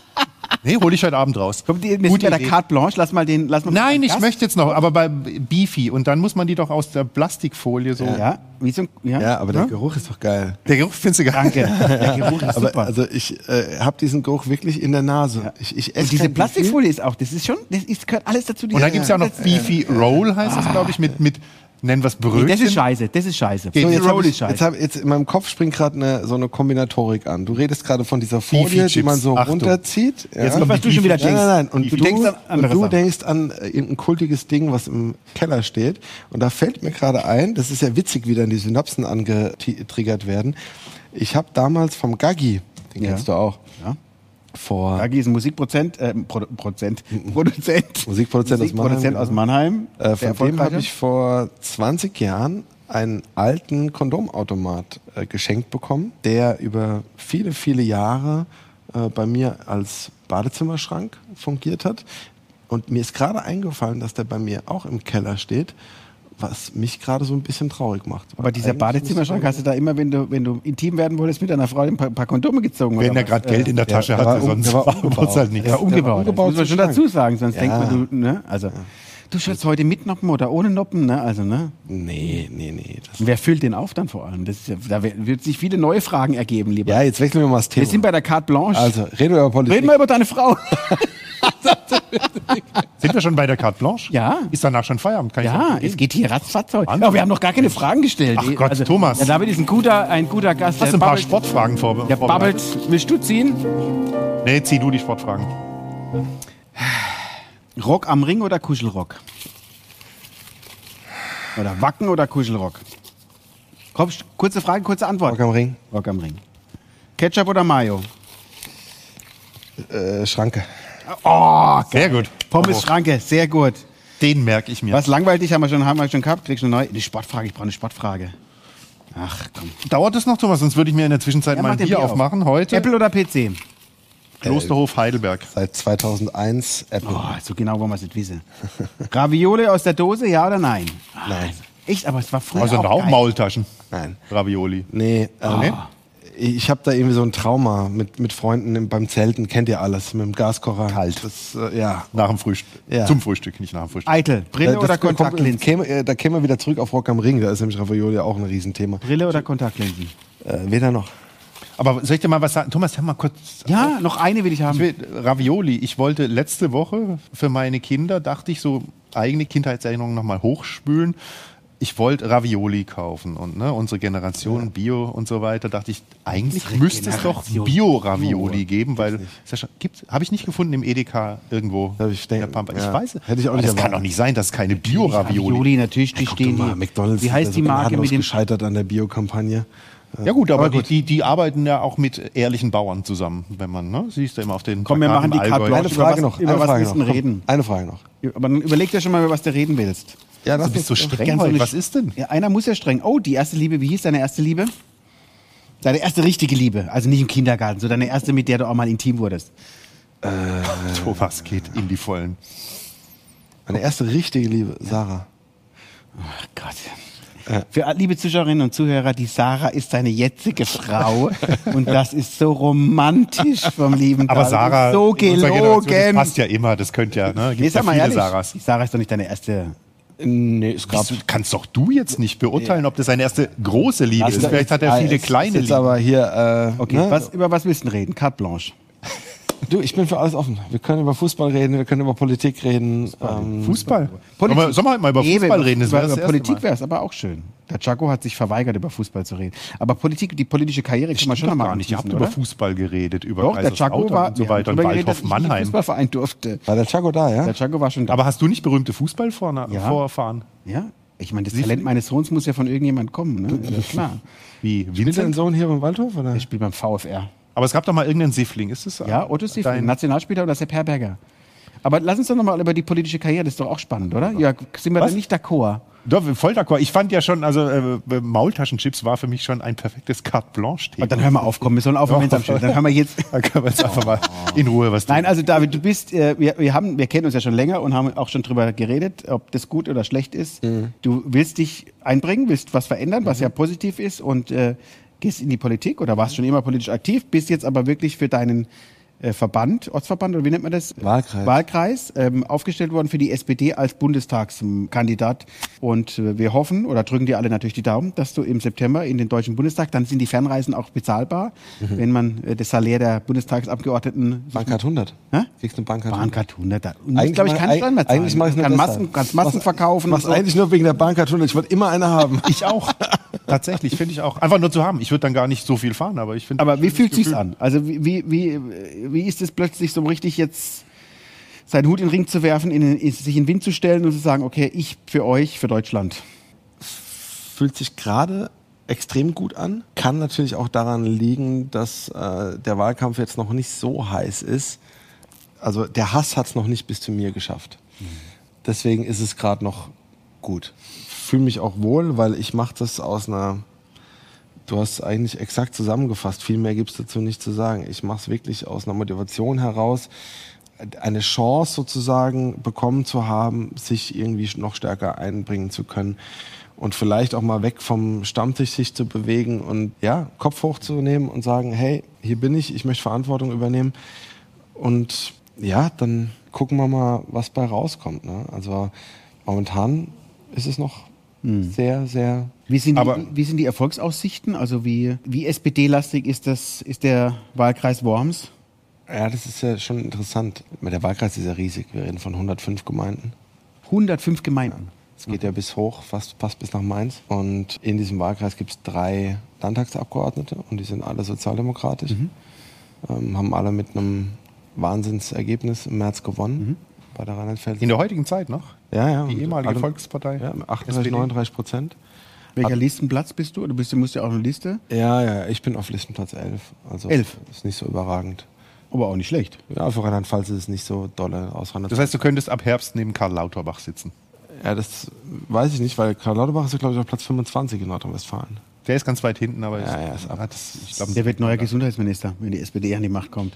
S3: Nee, hol ich heute Abend raus.
S2: Kommt die, wir sind
S3: Gute
S2: bei der
S3: Idee.
S2: Carte Blanche, lass mal den... Lass mal
S3: Nein, ich
S2: Gast-
S3: möchte jetzt noch, aber bei Beefy. Und dann muss man die doch aus der Plastikfolie so.
S2: Ja, wie so ein... Ja,
S4: Ja, aber der Geruch ist doch geil.
S3: Der Geruch findest du gar
S2: Danke. Der Geruch ist
S4: Aber
S2: super.
S4: also ich äh, habe diesen Geruch wirklich in der Nase. Ich, ich esse
S2: Und diese
S4: kein
S2: Plastikfolie ist auch, das ist schon, das ist, gehört alles dazu.
S3: Und dann gibt es ja auch noch Beefy Roll, heißt es, glaube ich, mit, mit Nennen wir es Brötchen.
S2: Nee, das ist scheiße, das ist scheiße.
S3: Geht.
S2: So,
S3: Die
S2: jetzt
S3: Roll
S2: hab
S3: ist
S2: ich,
S4: ich,
S2: scheiße.
S4: jetzt hab, jetzt in meinem Kopf springt gerade so eine Kombinatorik an. Du redest gerade von dieser Folie, die
S3: Chips.
S4: man so
S3: Achtung.
S4: runterzieht. Ja.
S2: Jetzt was du schon wieder
S4: Nein,
S2: denkst.
S4: nein, nein. Und
S2: du
S4: du,
S2: denkst an
S4: und
S2: andere
S4: du
S2: Sachen.
S4: denkst an äh, irgendein kultiges Ding, was im Keller steht. Und da fällt mir gerade ein, das ist ja witzig, wie dann die Synapsen angetriggert werden. Ich habe damals vom Gaggi, den kennst du auch,
S2: Ja.
S4: vor
S2: Raggi ist ein Musikprozent, äh, Pro Prozent, Produzent.
S4: Musikproduzent aus
S2: Musikproduzent
S4: Mannheim,
S2: aus
S4: ja.
S2: Mannheim.
S4: Äh,
S2: der
S4: von dem habe
S2: erfolgreiche.
S4: ich vor 20 Jahren einen alten Kondomautomat äh, geschenkt bekommen, der über viele, viele Jahre äh, bei mir als Badezimmerschrank fungiert hat. Und mir ist gerade eingefallen, dass der bei mir auch im Keller steht, was mich gerade so ein bisschen traurig macht.
S2: Aber dieser Badezimmerschrank hast du da immer, wenn du, wenn du intim werden wolltest, mit deiner Frau ein paar, paar Kondome gezogen.
S3: Wenn
S2: oder
S3: er
S2: was?
S3: gerade Geld in der Tasche
S4: der war
S3: hatte,
S4: um-
S3: sonst
S4: der war umgebaut.
S3: war es halt nicht.
S4: Ja.
S2: Ja, umgebaut.
S4: Der war
S2: Das muss man schon
S4: umgebaut zum
S2: dazu sagen, sonst
S4: Ja.
S2: denkt man, du, ne, also. Du schätzt heute mit Noppen oder ohne Noppen, ne, also, ne.
S4: Nee, nee, nee. Das
S2: Und wer füllt den auf dann vor allem? Das ist ja, da wer- wird sich viele neue Fragen ergeben, lieber.
S4: ja, jetzt wechseln wir mal das Thema.
S2: Wir sind bei der Carte Blanche.
S4: also, reden wir über Politik.
S2: Reden wir über deine Frau.
S3: Sind wir schon bei der Carte Blanche?
S2: Ja.
S3: Ist danach schon Feierabend? Kann ich noch
S2: Ja,
S3: gehen?
S2: es geht hier ratzfatz heute.
S3: Wahnsinn.
S2: Aber wir haben noch gar keine Fragen gestellt. Also,
S3: Ach Gott, Thomas.
S2: Ja, David ist ein guter, ein guter Gast.
S3: Hast
S2: der
S3: du ein paar
S2: babbelt-
S3: Sportfragen vor?
S2: Der
S3: vorbereitet?
S2: babbelt. Willst du ziehen?
S3: Nee, zieh du die Sportfragen.
S2: Rock am Ring oder Kuschelrock? Oder Wacken oder Kuschelrock? Komm, sch- kurze Frage, kurze Antwort.
S4: Rock am Ring.
S2: Rock am Ring. Ketchup oder Mayo?
S4: Äh, Schranke.
S2: Oh,
S3: Sehr gut. Oh,
S2: Pommes Schranke, sehr gut.
S3: Den merke ich mir.
S2: Was langweilt dich, haben wir schon, haben wir schon gehabt? Kriegst du eine neue? Eine Sportfrage, ich brauche eine Sportfrage. Ach komm.
S3: Dauert es noch, Thomas? Sonst würde ich mir in der Zwischenzeit
S2: Ja,
S3: mal
S2: mach
S3: ein
S2: den
S3: Bier
S2: Bier auf.
S3: aufmachen. Heute
S2: Apple oder PC?
S3: Klosterhof Heidelberg.
S4: Seit 2001 Apple.
S2: Oh, so genau wollen wir es nicht wissen. Ravioli aus der Dose, ja oder nein?
S4: Nein.
S2: Echt, aber es war früher
S3: Also
S2: auch
S3: auch
S2: geil.
S3: Maultaschen.
S4: Nein.
S3: Ravioli.
S4: Nee, ähm,
S3: Nee?
S4: ich habe da irgendwie so ein Trauma mit, mit Freunden im, beim Zelten. Kennt ihr alles mit dem Gaskocher? Kalt. Das, äh, ja.
S3: Nach dem Frühstück.
S4: Ja.
S3: Zum Frühstück, nicht nach dem Frühstück.
S2: Eitel, Brille
S4: das
S2: oder
S4: kommt-
S2: Kontaktlinsen?
S4: Käme, äh, da kämen wir wieder zurück auf Rock am Ring. Da ist nämlich Ravioli auch ein Riesenthema.
S2: Brille oder Kontaktlinsen?
S4: Äh, weder noch.
S3: Aber soll ich dir mal was sagen? Thomas, hör mal kurz.
S2: Ja, noch eine will ich haben.
S3: Ich will, Ravioli. Ich wollte letzte Woche für meine Kinder, dachte ich, so eigene Kindheitserinnerungen nochmal hochspülen. Ich wollte Ravioli kaufen und ne, unsere Generation Bio und so weiter, dachte ich, eigentlich
S2: Unsere
S3: müsste es doch
S2: Generation.
S3: Bio-Ravioli geben, weil ist ja schon- gibt's- habe ich nicht gefunden im Edeka irgendwo.
S4: Darf ich
S3: in
S4: denken?
S3: der Pampa. ich
S4: Ja.
S3: weiß es.
S4: Hätte ich auch nicht
S3: Das kann
S4: erwartet.
S3: doch nicht sein, dass es keine Bio-Ravioli
S2: Ravioli, natürlich, die
S4: Guck
S2: stehen
S4: mal,
S2: hier.
S4: McDonalds
S2: Wie
S4: ist ja
S2: heißt
S4: so
S2: die Marke
S4: gnadenlos
S2: mit dem
S4: gescheitert an der Bio-Kampagne.
S3: Ja gut, aber, Die, die, die arbeiten ja auch mit ehrlichen Bauern zusammen, wenn man, ne? Siehst du immer auf den
S2: Komm, wir machen
S3: Plakaten
S2: die Carte
S3: Allgäu.
S2: Blanche.
S4: Eine
S2: Über was-
S4: Frage noch.
S2: über
S4: eine
S2: was
S4: Frage
S2: willst du denn reden?
S4: Komm, eine Frage noch.
S2: Aber dann überleg dir schon mal, über was du reden willst.
S4: Ja, lass
S3: Du bist so
S4: uns-
S3: streng heute. Was ist denn?
S2: Ja, einer muss ja streng. Oh, die erste Liebe, wie hieß deine erste Liebe? Deine erste richtige Liebe, also nicht im Kindergarten, so deine erste, mit der du auch mal intim wurdest.
S3: Thomas geht in die Vollen.
S4: Meine erste richtige Liebe, Sarah.
S2: Ach Gott.
S3: Äh.
S2: Für alle liebe Zuschauerinnen und Zuhörer, die Sarah ist seine jetzige Frau und das ist so romantisch vom lieben
S3: Aber
S2: David.
S3: Sarah,
S2: so
S3: in unserer Generation, das
S2: gelogen.
S3: passt ja immer, das könnte ja, ne?
S2: Nee,
S3: Gibt ja
S2: sag mal
S3: viele
S2: ehrlich,
S3: Sarahs.
S2: die Sarah ist doch nicht deine erste.
S4: Nee, es
S3: Das kannst doch du jetzt nicht beurteilen, ob das seine erste große Liebe ist. Vielleicht hat er viele kleine
S4: Jetzt aber hier, äh,
S2: Okay,
S4: ne?
S2: was, über was willst du denn reden? Carte Blanche.
S4: Du, ich bin für alles offen. Wir können über Fußball reden, wir können über Politik reden. Ähm,
S3: Fußball. Sollen wir, sollen wir halt mal über
S2: Eben,
S3: Fußball reden? Das
S2: über
S3: wäre das
S2: über
S3: erste
S2: Politik
S3: Mal.
S2: wäre es aber auch schön. Der Chaco hat sich verweigert, über Fußball zu reden. Aber Politik, die politische Karriere kann man schon
S3: Stimmt doch
S2: mal
S3: gar nicht. Ihr habt
S2: anschließen,
S3: über
S2: oder?
S3: Fußball geredet, über
S2: Doch, der Chaco
S3: Kaiserslautern
S2: war,
S3: und so
S2: wir haben
S3: weiter und
S2: drüber geredet, dass
S3: Waldhof
S2: ich nicht in den
S3: Mannheim.
S2: Fußballverein durfte.
S4: war der Chaco da, ja?
S2: Der Chaco war schon da.
S3: Aber hast du nicht berühmte Fußball vorne,
S2: Ja.
S3: vorfahren?
S2: ja, ich meine, das Talent meines Sohns muss ja von irgendjemand kommen, ne? Das ist klar.
S3: Wie
S4: Ist dein
S3: Vincent?
S4: Sohn hier im Waldhof? Oder?
S2: Er spielt beim VfR.
S3: Aber es gab doch mal irgendeinen Siffling, ist es?
S2: Ja, Otto Siff,
S3: dein-
S2: Nationalspieler oder Sepp Herberger. Aber lass uns doch nochmal über die politische Karriere, das ist doch auch spannend, oder? Ja, sind wir da
S3: Was?
S2: nicht d'accord?
S3: Doch, voll d'accord. Ich fand ja schon, also äh, Maultaschenchips war für mich schon ein perfektes Carte Blanche-Thema.
S2: Dann hören wir auf, komm, wir sollen aufhören, wenn es am Schluss Dann hören wir jetzt.
S3: Da können wir jetzt einfach mal in Ruhe was
S2: Nein, also David, du bist, äh, wir, wir, haben, wir kennen uns ja schon länger und haben auch schon drüber geredet, ob das gut oder schlecht ist. Du willst dich einbringen, willst was verändern, was ja positiv ist und äh, gehst in die Politik oder warst schon immer politisch aktiv, bist jetzt aber wirklich für deinen äh, Verband, Ortsverband oder wie nennt man das?
S4: Wahlkreis.
S2: Wahlkreis, ähm, aufgestellt worden für die SPD als Bundestagskandidat. Und äh, wir hoffen oder drücken dir alle natürlich die Daumen, dass du im September in den Deutschen Bundestag, dann sind die Fernreisen auch bezahlbar, wenn man äh, das Salär der Bundestagsabgeordneten
S4: Bankart 100.
S2: Hä?
S4: Kriegst eine Bankart 100.
S2: Bahncard 100. ne? Da muss, glaube ich,
S4: mach-
S2: kein Standard sein.
S4: Eigentlich mache ich
S2: kann Massen, kannst Massen verkaufen.
S4: Mach's
S2: und so.
S4: eigentlich nur wegen der Bankart 100. Ich wollte immer eine haben.
S3: Ich auch. Tatsächlich, finde ich auch. Einfach nur zu haben. Ich würde dann gar nicht so viel fahren, aber ich finde.
S2: Aber wie fühlt sich's
S3: Gefühl-
S2: an? Also wie, wie, wie, wie ist es plötzlich so richtig jetzt seinen Hut in den Ring zu werfen, in, den- in, sich in den Wind zu stellen und zu sagen, okay, ich für euch, für Deutschland.
S4: fühlt sich gerade extrem gut an. Kann natürlich auch daran liegen, dass äh, der Wahlkampf jetzt noch nicht so heiß ist. Also der Hass hat es noch nicht bis zu mir geschafft. Deswegen ist es gerade noch gut. Fühle mich auch wohl, weil ich mache das aus einer. Du hast eigentlich exakt zusammengefasst. Viel mehr gibt es dazu nicht zu sagen. Ich mache es wirklich aus einer Motivation heraus, eine Chance sozusagen bekommen zu haben, sich irgendwie noch stärker einbringen zu können und vielleicht auch mal weg vom Stammtisch sich zu bewegen und ja, Kopf hochzunehmen und sagen, hey, hier bin ich, ich möchte Verantwortung übernehmen und ja, dann gucken wir mal, was bei rauskommt. Ne? Also momentan ist es noch sehr, sehr
S2: Wie sind,
S3: Aber-
S2: die, wie sind die Erfolgsaussichten? Also wie, wie SPD-lastig ist, das, ist der Wahlkreis Worms?
S4: Ja, das ist ja schon interessant. Der Wahlkreis ist ja riesig. Wir reden von 105 Gemeinden.
S2: 105 Gemeinden.
S4: Es geht
S3: Mhm.
S4: ja bis hoch, fast, fast bis nach Mainz. Und in diesem Wahlkreis gibt es drei Landtagsabgeordnete und die sind alle sozialdemokratisch.
S3: Mhm.
S4: Ähm, haben alle mit einem Wahnsinnsergebnis im März gewonnen bei der Rheinland-Pfalz.
S3: Mhm. In der heutigen Zeit noch?
S4: Ja, ja.
S3: Die ehemalige
S4: Alle-
S3: Volkspartei.
S4: Ja, mit 38,
S3: SPD.
S4: 39 Prozent.
S2: Welcher Listenplatz bist du? Du bist, du musst ja auch eine Liste,
S4: Ja, ja, ich bin auf Listenplatz 11. Also
S2: Elf.
S4: Ist nicht so überragend.
S2: aber auch nicht schlecht.
S4: Ja, für Rheinland-Pfalz ist es nicht so dolle aus Rheinland-Pfalz.
S3: Das heißt, du könntest ab Herbst neben Karl Lauterbach sitzen.
S4: Ja, das weiß ich nicht, weil Karl Lauterbach ist, glaube ich, auf Platz 25 in Nordrhein-Westfalen.
S3: Der ist ganz weit hinten, aber
S4: Ja, ja, ist ab.
S3: hat es- ich glaube,
S2: Der wird neuer Gesundheitsminister, wenn die SPD an die Macht kommt.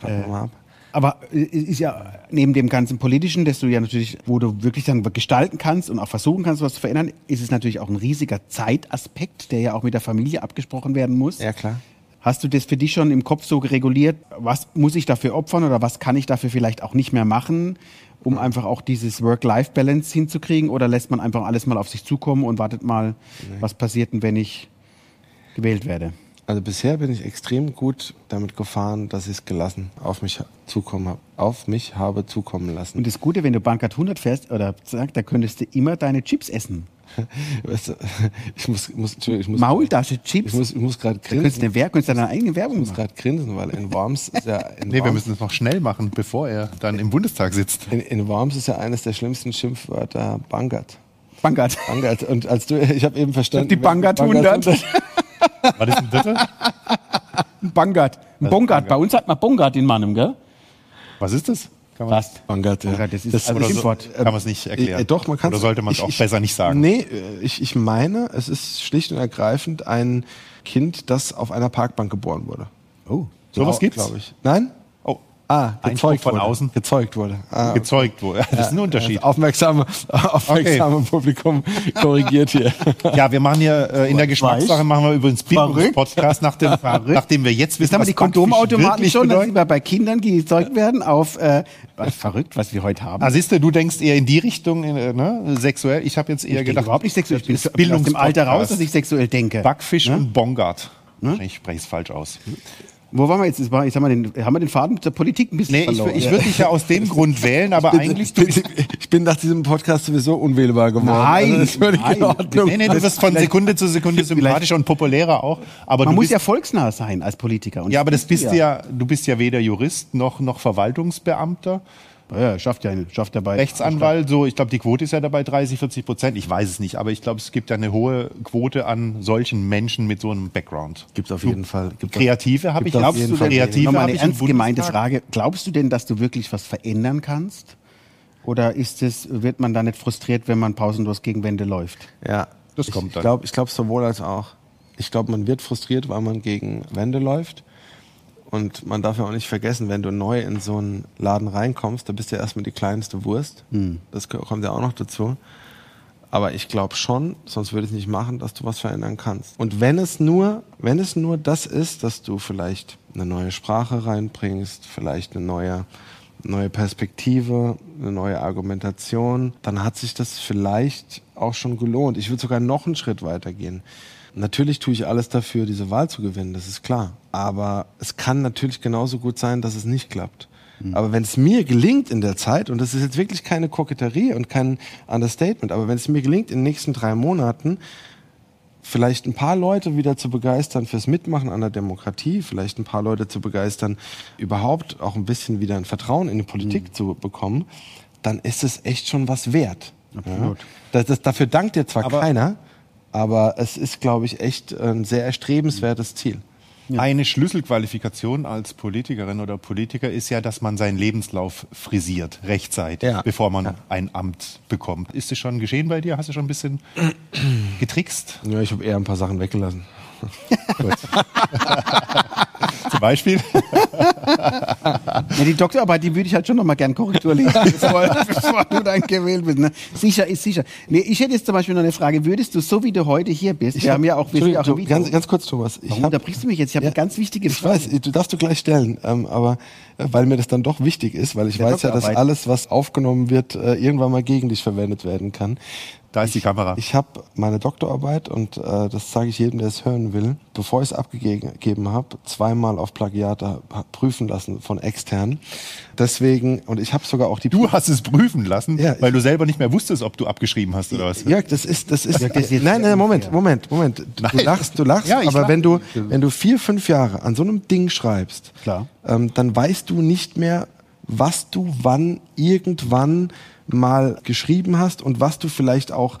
S4: Warten wir mal ab.
S2: Aber äh, ist ja neben dem ganzen Politischen, dass du ja natürlich, wo du wirklich dann gestalten kannst und auch versuchen kannst, was zu verändern, ist es natürlich auch ein riesiger Zeitaspekt, der ja auch mit der Familie abgesprochen werden muss.
S4: Ja, klar.
S2: Hast du das für dich schon im Kopf so reguliert? Was muss ich dafür opfern oder was kann ich dafür vielleicht auch nicht mehr machen, um einfach auch dieses Work-Life-Balance hinzukriegen? Oder lässt man einfach alles mal auf sich zukommen und wartet mal, was passiert denn, wenn ich gewählt werde?
S4: Also bisher bin ich extrem gut damit gefahren, dass ich es gelassen auf mich zukommen habe. Auf mich habe zukommen lassen.
S2: Und das Gute, wenn du Bankart 100 fährst oder zack, da könntest du immer deine Chips essen.
S4: Weißt du, ich muss, muss, Entschuldigung, ich muss,
S2: Maultasche Chips.
S4: ich muss, ich muss gerade
S2: Könntest
S4: grinsen.
S2: eine Werbung, könntest deine eigene Werbung
S4: Ich muss
S2: machen.
S4: gerade grinsen, weil in Worms ist ja in,
S3: Nee, wir
S4: Worms,
S3: müssen es noch schnell machen, bevor er dann im Bundestag sitzt.
S4: in, in Worms ist ja eines der schlimmsten Schimpfwörter Bangert.
S2: Bankart.
S4: Bangert. Und als du, ich habe eben verstanden,
S2: Die Bangert 100.
S3: War das ein Dritte?
S2: Bankart.
S3: Also
S2: Ein Bongard. Bei uns hat man Bongard in Mannem, gell?
S3: Was ist das? Kann man-
S2: Fast.
S4: Bangert, ja.
S2: Bangert, das ist also
S3: Oder so,
S2: Schimpfwort.
S3: kann man es nicht erklären.
S4: Äh, doch, man kann
S3: Oder sollte man es auch besser nicht sagen?
S4: Nee, äh, ich, ich meine, es ist schlicht und ergreifend ein Kind, das auf einer Parkbank geboren wurde.
S2: Oh.
S3: Sowas
S4: Glau-
S3: gibt's?
S4: Glaub ich. Nein?
S3: Oh,
S4: Ah,
S3: Einspruch
S4: gezeugt
S3: von
S4: wurde.
S3: außen?
S4: Gezeugt wurde. Ah,
S3: gezeugt wurde. Das ist ein Unterschied.
S4: das aufmerksame, aufmerksame Publikum korrigiert hier.
S3: Ja, wir machen hier äh, in der Geschmackssache machen wir übrigens Bildungspodcast, nachdem, nachdem wir jetzt wissen,
S2: Jetzt haben wir die
S3: Backfisch
S2: Kondomautomaten
S3: wirklich
S2: schon, dass sie
S3: bedeutet.
S2: bei- bei Kindern gezeugt werden auf, äh, was verrückt, was wir heute haben.
S3: Ah, siehst du, du denkst eher in die Richtung, in, äh, ne? sexuell. Ich habe jetzt eher
S2: ich denke
S3: gedacht,
S2: überhaupt nicht sexuell. Ich bin
S3: das ist
S2: aus dem Alter raus,
S3: Bildungspodcast.
S2: dass ich sexuell Ne? denke.
S3: Backfisch und Bongard. Ich spreche es falsch aus.
S2: Wo waren wir jetzt? Jetzt war- jetzt haben wir den, haben wir den Faden zur Politik ein bisschen
S3: Nee, ich,
S2: verloren.
S3: ich würde dich ja aus dem Grund wählen, aber eigentlich...
S4: ich, bin, ich bin nach diesem Podcast sowieso unwählbar geworden. Also,
S2: Nein,
S4: das ist völlig in
S2: nein.
S4: Ordnung.
S3: Nee, nee, du wirst von Sekunde zu Sekunde sympathischer und populärer auch. Aber
S2: Man
S3: du
S2: muss
S3: bist,
S2: ja volksnah sein als Politiker. Und
S3: ja, aber das bist du ja, du bist ja weder Jurist noch, noch Verwaltungsbeamter.
S2: Ja, schafft ja, schafft dabei.
S3: Rechtsanwalt, so, ich glaube, die Quote ist ja dabei 30, 40 Prozent. Ich weiß es nicht, aber ich glaube, es gibt ja eine hohe Quote an solchen Menschen mit so einem Background.
S4: Gibt's auf jeden Fall. Gibt's
S3: Kreative habe ich,
S4: Gibt's auf
S3: glaubst
S4: jeden
S3: du,
S4: Fall.
S3: Kreative
S2: Nochmal
S3: hab
S2: eine
S3: ich im
S2: ernst gemeinte
S3: Bundestag?
S2: Frage. Glaubst du denn, dass du wirklich was verändern kannst? Oder ist es, wird man da nicht frustriert, wenn man pausenlos gegen Wände läuft?
S4: Ja.
S3: Das
S4: ich,
S3: kommt
S4: Ich
S3: dann.
S4: glaube ich glaub sowohl als auch. Ich glaube, man wird frustriert, weil man gegen Wände läuft. Und man darf ja auch nicht vergessen, wenn du neu in so
S3: Hm.
S4: einen Laden reinkommst, da bist du ja erstmal die kleinste Wurst. Das gehört- kommt ja auch noch dazu. Aber ich glaube schon, sonst würde ich es nicht machen, dass du was verändern kannst. Und wenn es nur, wenn es nur das ist, dass du vielleicht eine neue Sprache reinbringst, vielleicht eine neue, neue Perspektive, eine neue Argumentation, dann hat sich das vielleicht auch schon gelohnt. Ich würde sogar noch einen Schritt weitergehen. Natürlich tue ich alles dafür, diese Wahl zu gewinnen, das ist klar. Aber es kann natürlich genauso gut sein, dass es nicht klappt. Hm. Aber wenn es mir gelingt in der Zeit, und das ist jetzt wirklich keine Koketterie und kein Understatement, aber wenn es mir gelingt, in den nächsten drei Monaten vielleicht ein paar Leute wieder zu begeistern fürs Mitmachen an der Demokratie, vielleicht ein paar Leute zu begeistern, überhaupt auch ein bisschen wieder ein Vertrauen in die Politik zu bekommen, dann ist es echt schon was wert. Ja? Das, das, dafür dankt dir zwar
S3: Aber-
S4: keiner, aber es ist, glaube ich, echt ein sehr erstrebenswertes Ziel.
S3: Eine Schlüsselqualifikation als Politikerin oder Politiker ist ja, dass man seinen Lebenslauf frisiert, rechtzeitig,
S4: Ja.
S3: bevor man ein Amt bekommt. Ist es schon geschehen bei dir? Hast du schon ein bisschen getrickst?
S4: Ja, ich habe eher ein paar Sachen weggelassen.
S3: Zum Beispiel?
S2: Ja, die Doktorarbeit, die würde ich halt schon noch mal gern Korrektur lesen, bevor, bevor du dann gewählt bist. Ne? Sicher ist sicher. Nee, ich hätte jetzt zum Beispiel noch eine Frage. Würdest du, so wie du heute hier bist, wir
S4: hab-
S2: haben ja auch, wir sind ja auch im
S4: Entschuldigung,
S2: Video.
S4: ganz, ganz kurz, Thomas. Ich
S2: Warum
S4: hab-
S2: unterbrichst du mich jetzt? Ich habe
S4: Ja,
S2: eine ganz wichtige
S4: Ich
S2: Frage.
S4: weiß, du darfst du gleich stellen, ähm, aber äh, weil mir das dann doch wichtig ist, weil ich
S2: Der
S4: weiß ja, dass
S2: Doktorarbeit.
S4: alles, was aufgenommen wird, äh, irgendwann mal gegen dich verwendet werden kann.
S3: Da ist die Kamera.
S4: Ich habe meine Doktorarbeit und äh, das sage ich jedem, der es hören will, bevor ich es abgegeben habe, zweimal auf Plagiat ha- prüfen lassen von externen. Deswegen, und ich habe sogar auch die
S3: Du hast es prüfen lassen,
S4: Ja,
S3: weil
S4: ich-
S3: du selber nicht mehr wusstest, ob du abgeschrieben hast oder was.
S4: Jörg, das ist, das ist,
S2: das ist jetzt
S4: nein,
S2: sehr
S4: nein, Moment, Moment, Moment. Du, du
S3: Nein.
S4: lachst, du lachst,
S3: Ja, ich
S4: aber
S3: lach.
S4: wenn du, wenn du vier, fünf Jahre an so einem Ding schreibst,
S2: Klar.
S4: ähm, dann weißt du nicht mehr, was du wann irgendwann mal geschrieben hast und was du vielleicht auch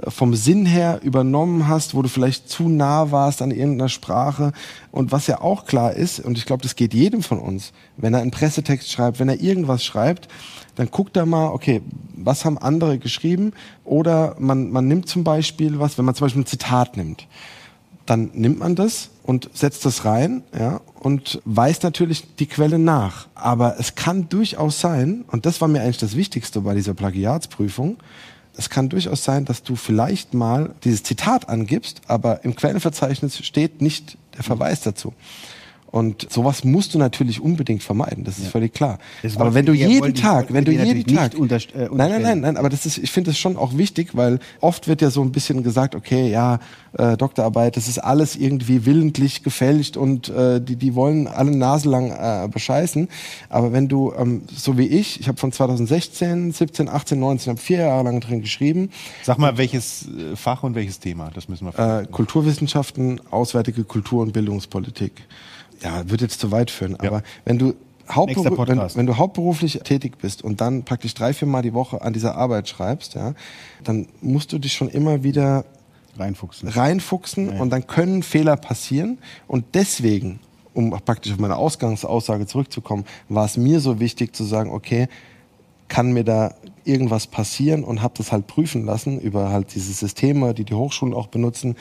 S4: äh, vom Sinn her übernommen hast, wo du vielleicht zu nah warst an irgendeiner Sprache und was ja auch klar ist und ich glaube, das geht jedem von uns, wenn er einen Pressetext schreibt, wenn er irgendwas schreibt, dann guckt er mal, okay, was haben andere geschrieben oder man, man nimmt zum Beispiel was, wenn man zum Beispiel ein Zitat nimmt, dann nimmt man das und setzt das rein ja, und weiß natürlich die Quelle nach. Aber es kann durchaus sein, und das war mir eigentlich das Wichtigste bei dieser Plagiatsprüfung, es kann durchaus sein, dass du vielleicht mal dieses Zitat angibst, aber im Quellenverzeichnis steht nicht der
S2: Mhm.
S4: Verweis dazu. Und sowas musst du natürlich unbedingt vermeiden, das ist völlig klar.
S2: Das
S4: aber
S2: wollte
S4: wenn du
S2: ich dir-
S4: jeden
S2: wollte ich- wollte
S4: Tag, wenn
S2: ich
S4: du
S2: dir
S4: jeden
S2: natürlich
S4: Tag,
S2: nicht unterst- äh,
S4: nein, nein, nein,
S2: unterstellen.
S4: nein, aber das ist, ich finde das schon auch wichtig, weil oft wird ja so ein bisschen gesagt, okay, ja, äh, Doktorarbeit, das ist alles irgendwie willentlich gefälscht und äh, die, die wollen alle naselang äh, bescheißen. Aber wenn du, ähm, so wie ich, ich habe von 2016, 17, 18, 19, habe vier Jahre lang drin geschrieben,
S3: Sag mal, welches äh, Fach und welches Thema? Das müssen wir.
S4: äh, Kulturwissenschaften, auswärtige Kultur und Bildungspolitik. Ja, wird jetzt zu weit führen, aber wenn du
S2: Nächster
S4: Hauptberu wenn,
S2: Podcast.
S4: wenn du hauptberuflich tätig bist und dann praktisch drei, vier Mal die Woche an dieser Arbeit schreibst, ja, dann musst du dich schon immer wieder
S2: Reinfuchsen.
S4: reinfuchsen und dann können Fehler passieren und deswegen, um praktisch auf meine Ausgangsaussage zurückzukommen, war es mir so wichtig zu sagen, okay, kann mir da irgendwas passieren und habe das halt prüfen lassen über halt diese Systeme, die die Hochschulen auch benutzen,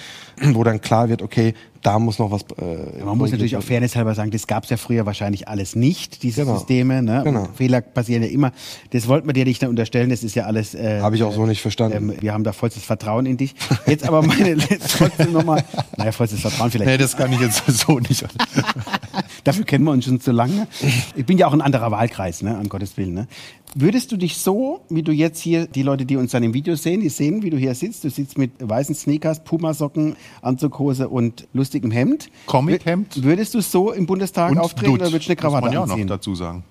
S4: wo dann klar wird, okay, da muss noch was. Äh,
S2: Man muss natürlich auch fairnesshalber sagen, das gab es ja früher wahrscheinlich alles nicht, diese
S4: Genau.
S2: Systeme. Ne? Und
S4: Genau.
S2: Fehler passieren ja immer. Das wollten wir dir nicht unterstellen, das ist ja alles. Äh,
S4: Habe ich auch so nicht verstanden.
S2: ähm, wir haben da vollstes Vertrauen in dich. Jetzt aber meine letzte trotzdem nochmal. Naja, vollstes Vertrauen vielleicht.
S3: nee, das kann ich jetzt so nicht.
S2: Dafür kennen wir uns schon zu lange. Ich bin ja auch ein anderer Wahlkreis, ne? an Gottes Willen. Ne? Würdest du dich so, wie du jetzt hier, die Leute, die uns dann im Video sehen, die sehen, wie du hier sitzt, du sitzt mit weißen Sneakers, Pumasocken, Anzughose und lustigem Hemd.
S3: Comic-Hemd.
S2: Wür- Würdest du so im Bundestag auftreten oder würdest du eine Krawatte
S3: muss man ja auch noch
S2: anziehen?
S3: dazu sagen.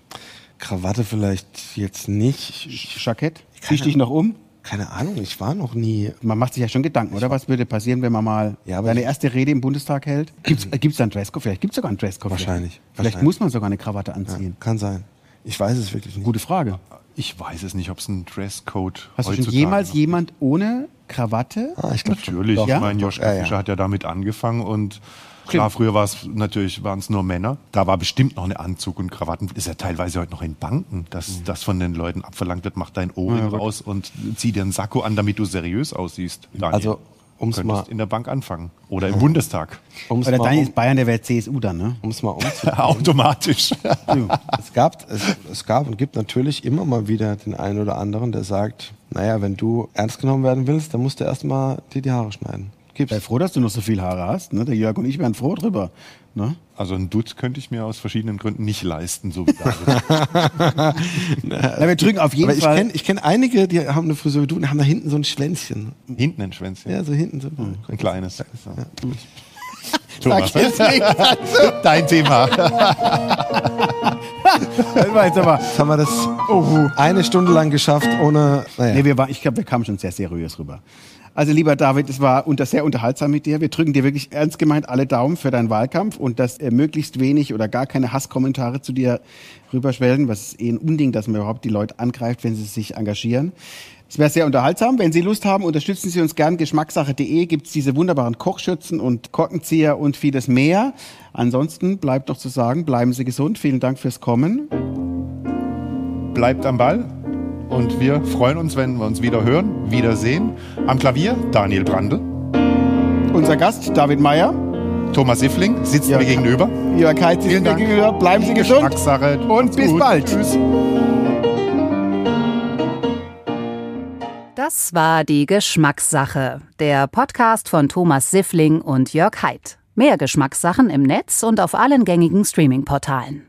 S4: Krawatte vielleicht jetzt nicht.
S2: Jackett? Ziehst dich noch um?
S4: Keine Ahnung, ich war noch nie.
S2: Man macht sich ja schon Gedanken, oder? Was würde passieren, wenn man mal
S4: Ja, aber
S2: seine
S4: ich-
S2: erste Rede im Bundestag hält? Gibt's, äh, gibt's da einen Dresscode? Vielleicht gibt's sogar einen Dresscode.
S4: Wahrscheinlich.
S2: Vielleicht
S4: Wahrscheinlich.
S2: muss man sogar eine Krawatte anziehen.
S4: Kann sein. Ich weiß es wirklich nicht.
S2: Gute Frage.
S3: Ich weiß es nicht, ob es ein Dresscode
S2: Hast du schon
S3: heutzutage
S2: jemals
S3: noch-
S2: jemand ohne Krawatte?
S4: Ah, ich glaub schon.
S3: Natürlich,
S2: Ja?
S3: ich meine, Joschka
S4: Ja, ja.
S3: Fischer hat ja damit angefangen und klar, früher war es natürlich, waren es nur Männer. Da war bestimmt noch eine Anzug und Krawatten. Ist ja teilweise heute noch in Banken, dass das von den Leuten abverlangt wird, mach dein Ohrring raus und zieh dir einen Sakko an, damit du seriös aussiehst. Daniel.
S4: Also, um's
S3: Könntest
S4: mal-
S3: in der Bank anfangen oder im Bundestag.
S4: Um's
S2: Oder
S4: mal
S2: dein
S4: um-
S2: ist Bayern, der wäre CSU dann, ne?
S4: Um es mal umzudrehen.
S3: Automatisch.
S4: es, gab, es, es gab und gibt natürlich immer mal wieder den einen oder anderen, der sagt, Naja, wenn du ernst genommen werden willst, dann musst du erstmal dir die Haare schneiden. Gib's.
S2: Sei froh, dass du noch so viel Haare hast. Ne? Der Jörg und ich wären froh drüber. Ne?
S3: Also ein Dutt könnte ich mir aus verschiedenen Gründen nicht leisten, so wie David.
S2: Na, wir drücken auf jeden
S4: äh, Aber ich
S2: Fall.
S4: kenne ich kenn einige, die haben eine Frisur wie du und haben da hinten so ein Schwänzchen.
S3: Hinten ein Schwänzchen.
S4: Ja, so hinten so.
S3: Ein kleines. Ja.
S2: Sag
S3: Thomas,
S2: jetzt nicht dazu.
S3: dein Thema.
S2: Das war jetzt aber.
S4: Jetzt haben wir das Oh. eine Stunde lang geschafft, ohne. Naja.
S2: Nee, wir war, ich glaube, wir kamen schon sehr seriös rüber. Also lieber David, es war unter sehr unterhaltsam mit dir. Wir drücken dir wirklich ernst gemeint alle Daumen für deinen Wahlkampf und dass äh, möglichst wenig oder gar keine Hasskommentare zu dir rüberschwellen, was ist eh ein Unding, dass man überhaupt die Leute angreift, wenn sie sich engagieren. Es wäre sehr unterhaltsam. Wenn Sie Lust haben, unterstützen Sie uns gern. Geschmackssache.de gibt's diese wunderbaren Kochschürzen und Korkenzieher und vieles mehr. Ansonsten bleibt doch zu sagen, bleiben Sie gesund. Vielen Dank fürs Kommen.
S3: Bleibt am Ball und wir freuen uns, wenn wir uns wieder hören, wiedersehen. Am Klavier Daniel Brandl,
S2: Unser Gast, David Meyer.
S3: Thomas Siffling sitzen
S2: Ja.
S3: mir gegenüber.
S2: Jörg Heitz ist
S3: Vielen
S2: mir
S3: Dank.
S2: gegenüber. Bleiben Sie gesund.
S3: Geschmackssache.
S2: Und
S3: Macht's
S2: bis
S3: gut.
S2: bald.
S3: Tschüss.
S1: Das war die Geschmackssache, der Podcast von Thomas Siffling und Jörg Haidt. Mehr Geschmackssachen im Netz und auf allen gängigen Streaming-Portalen.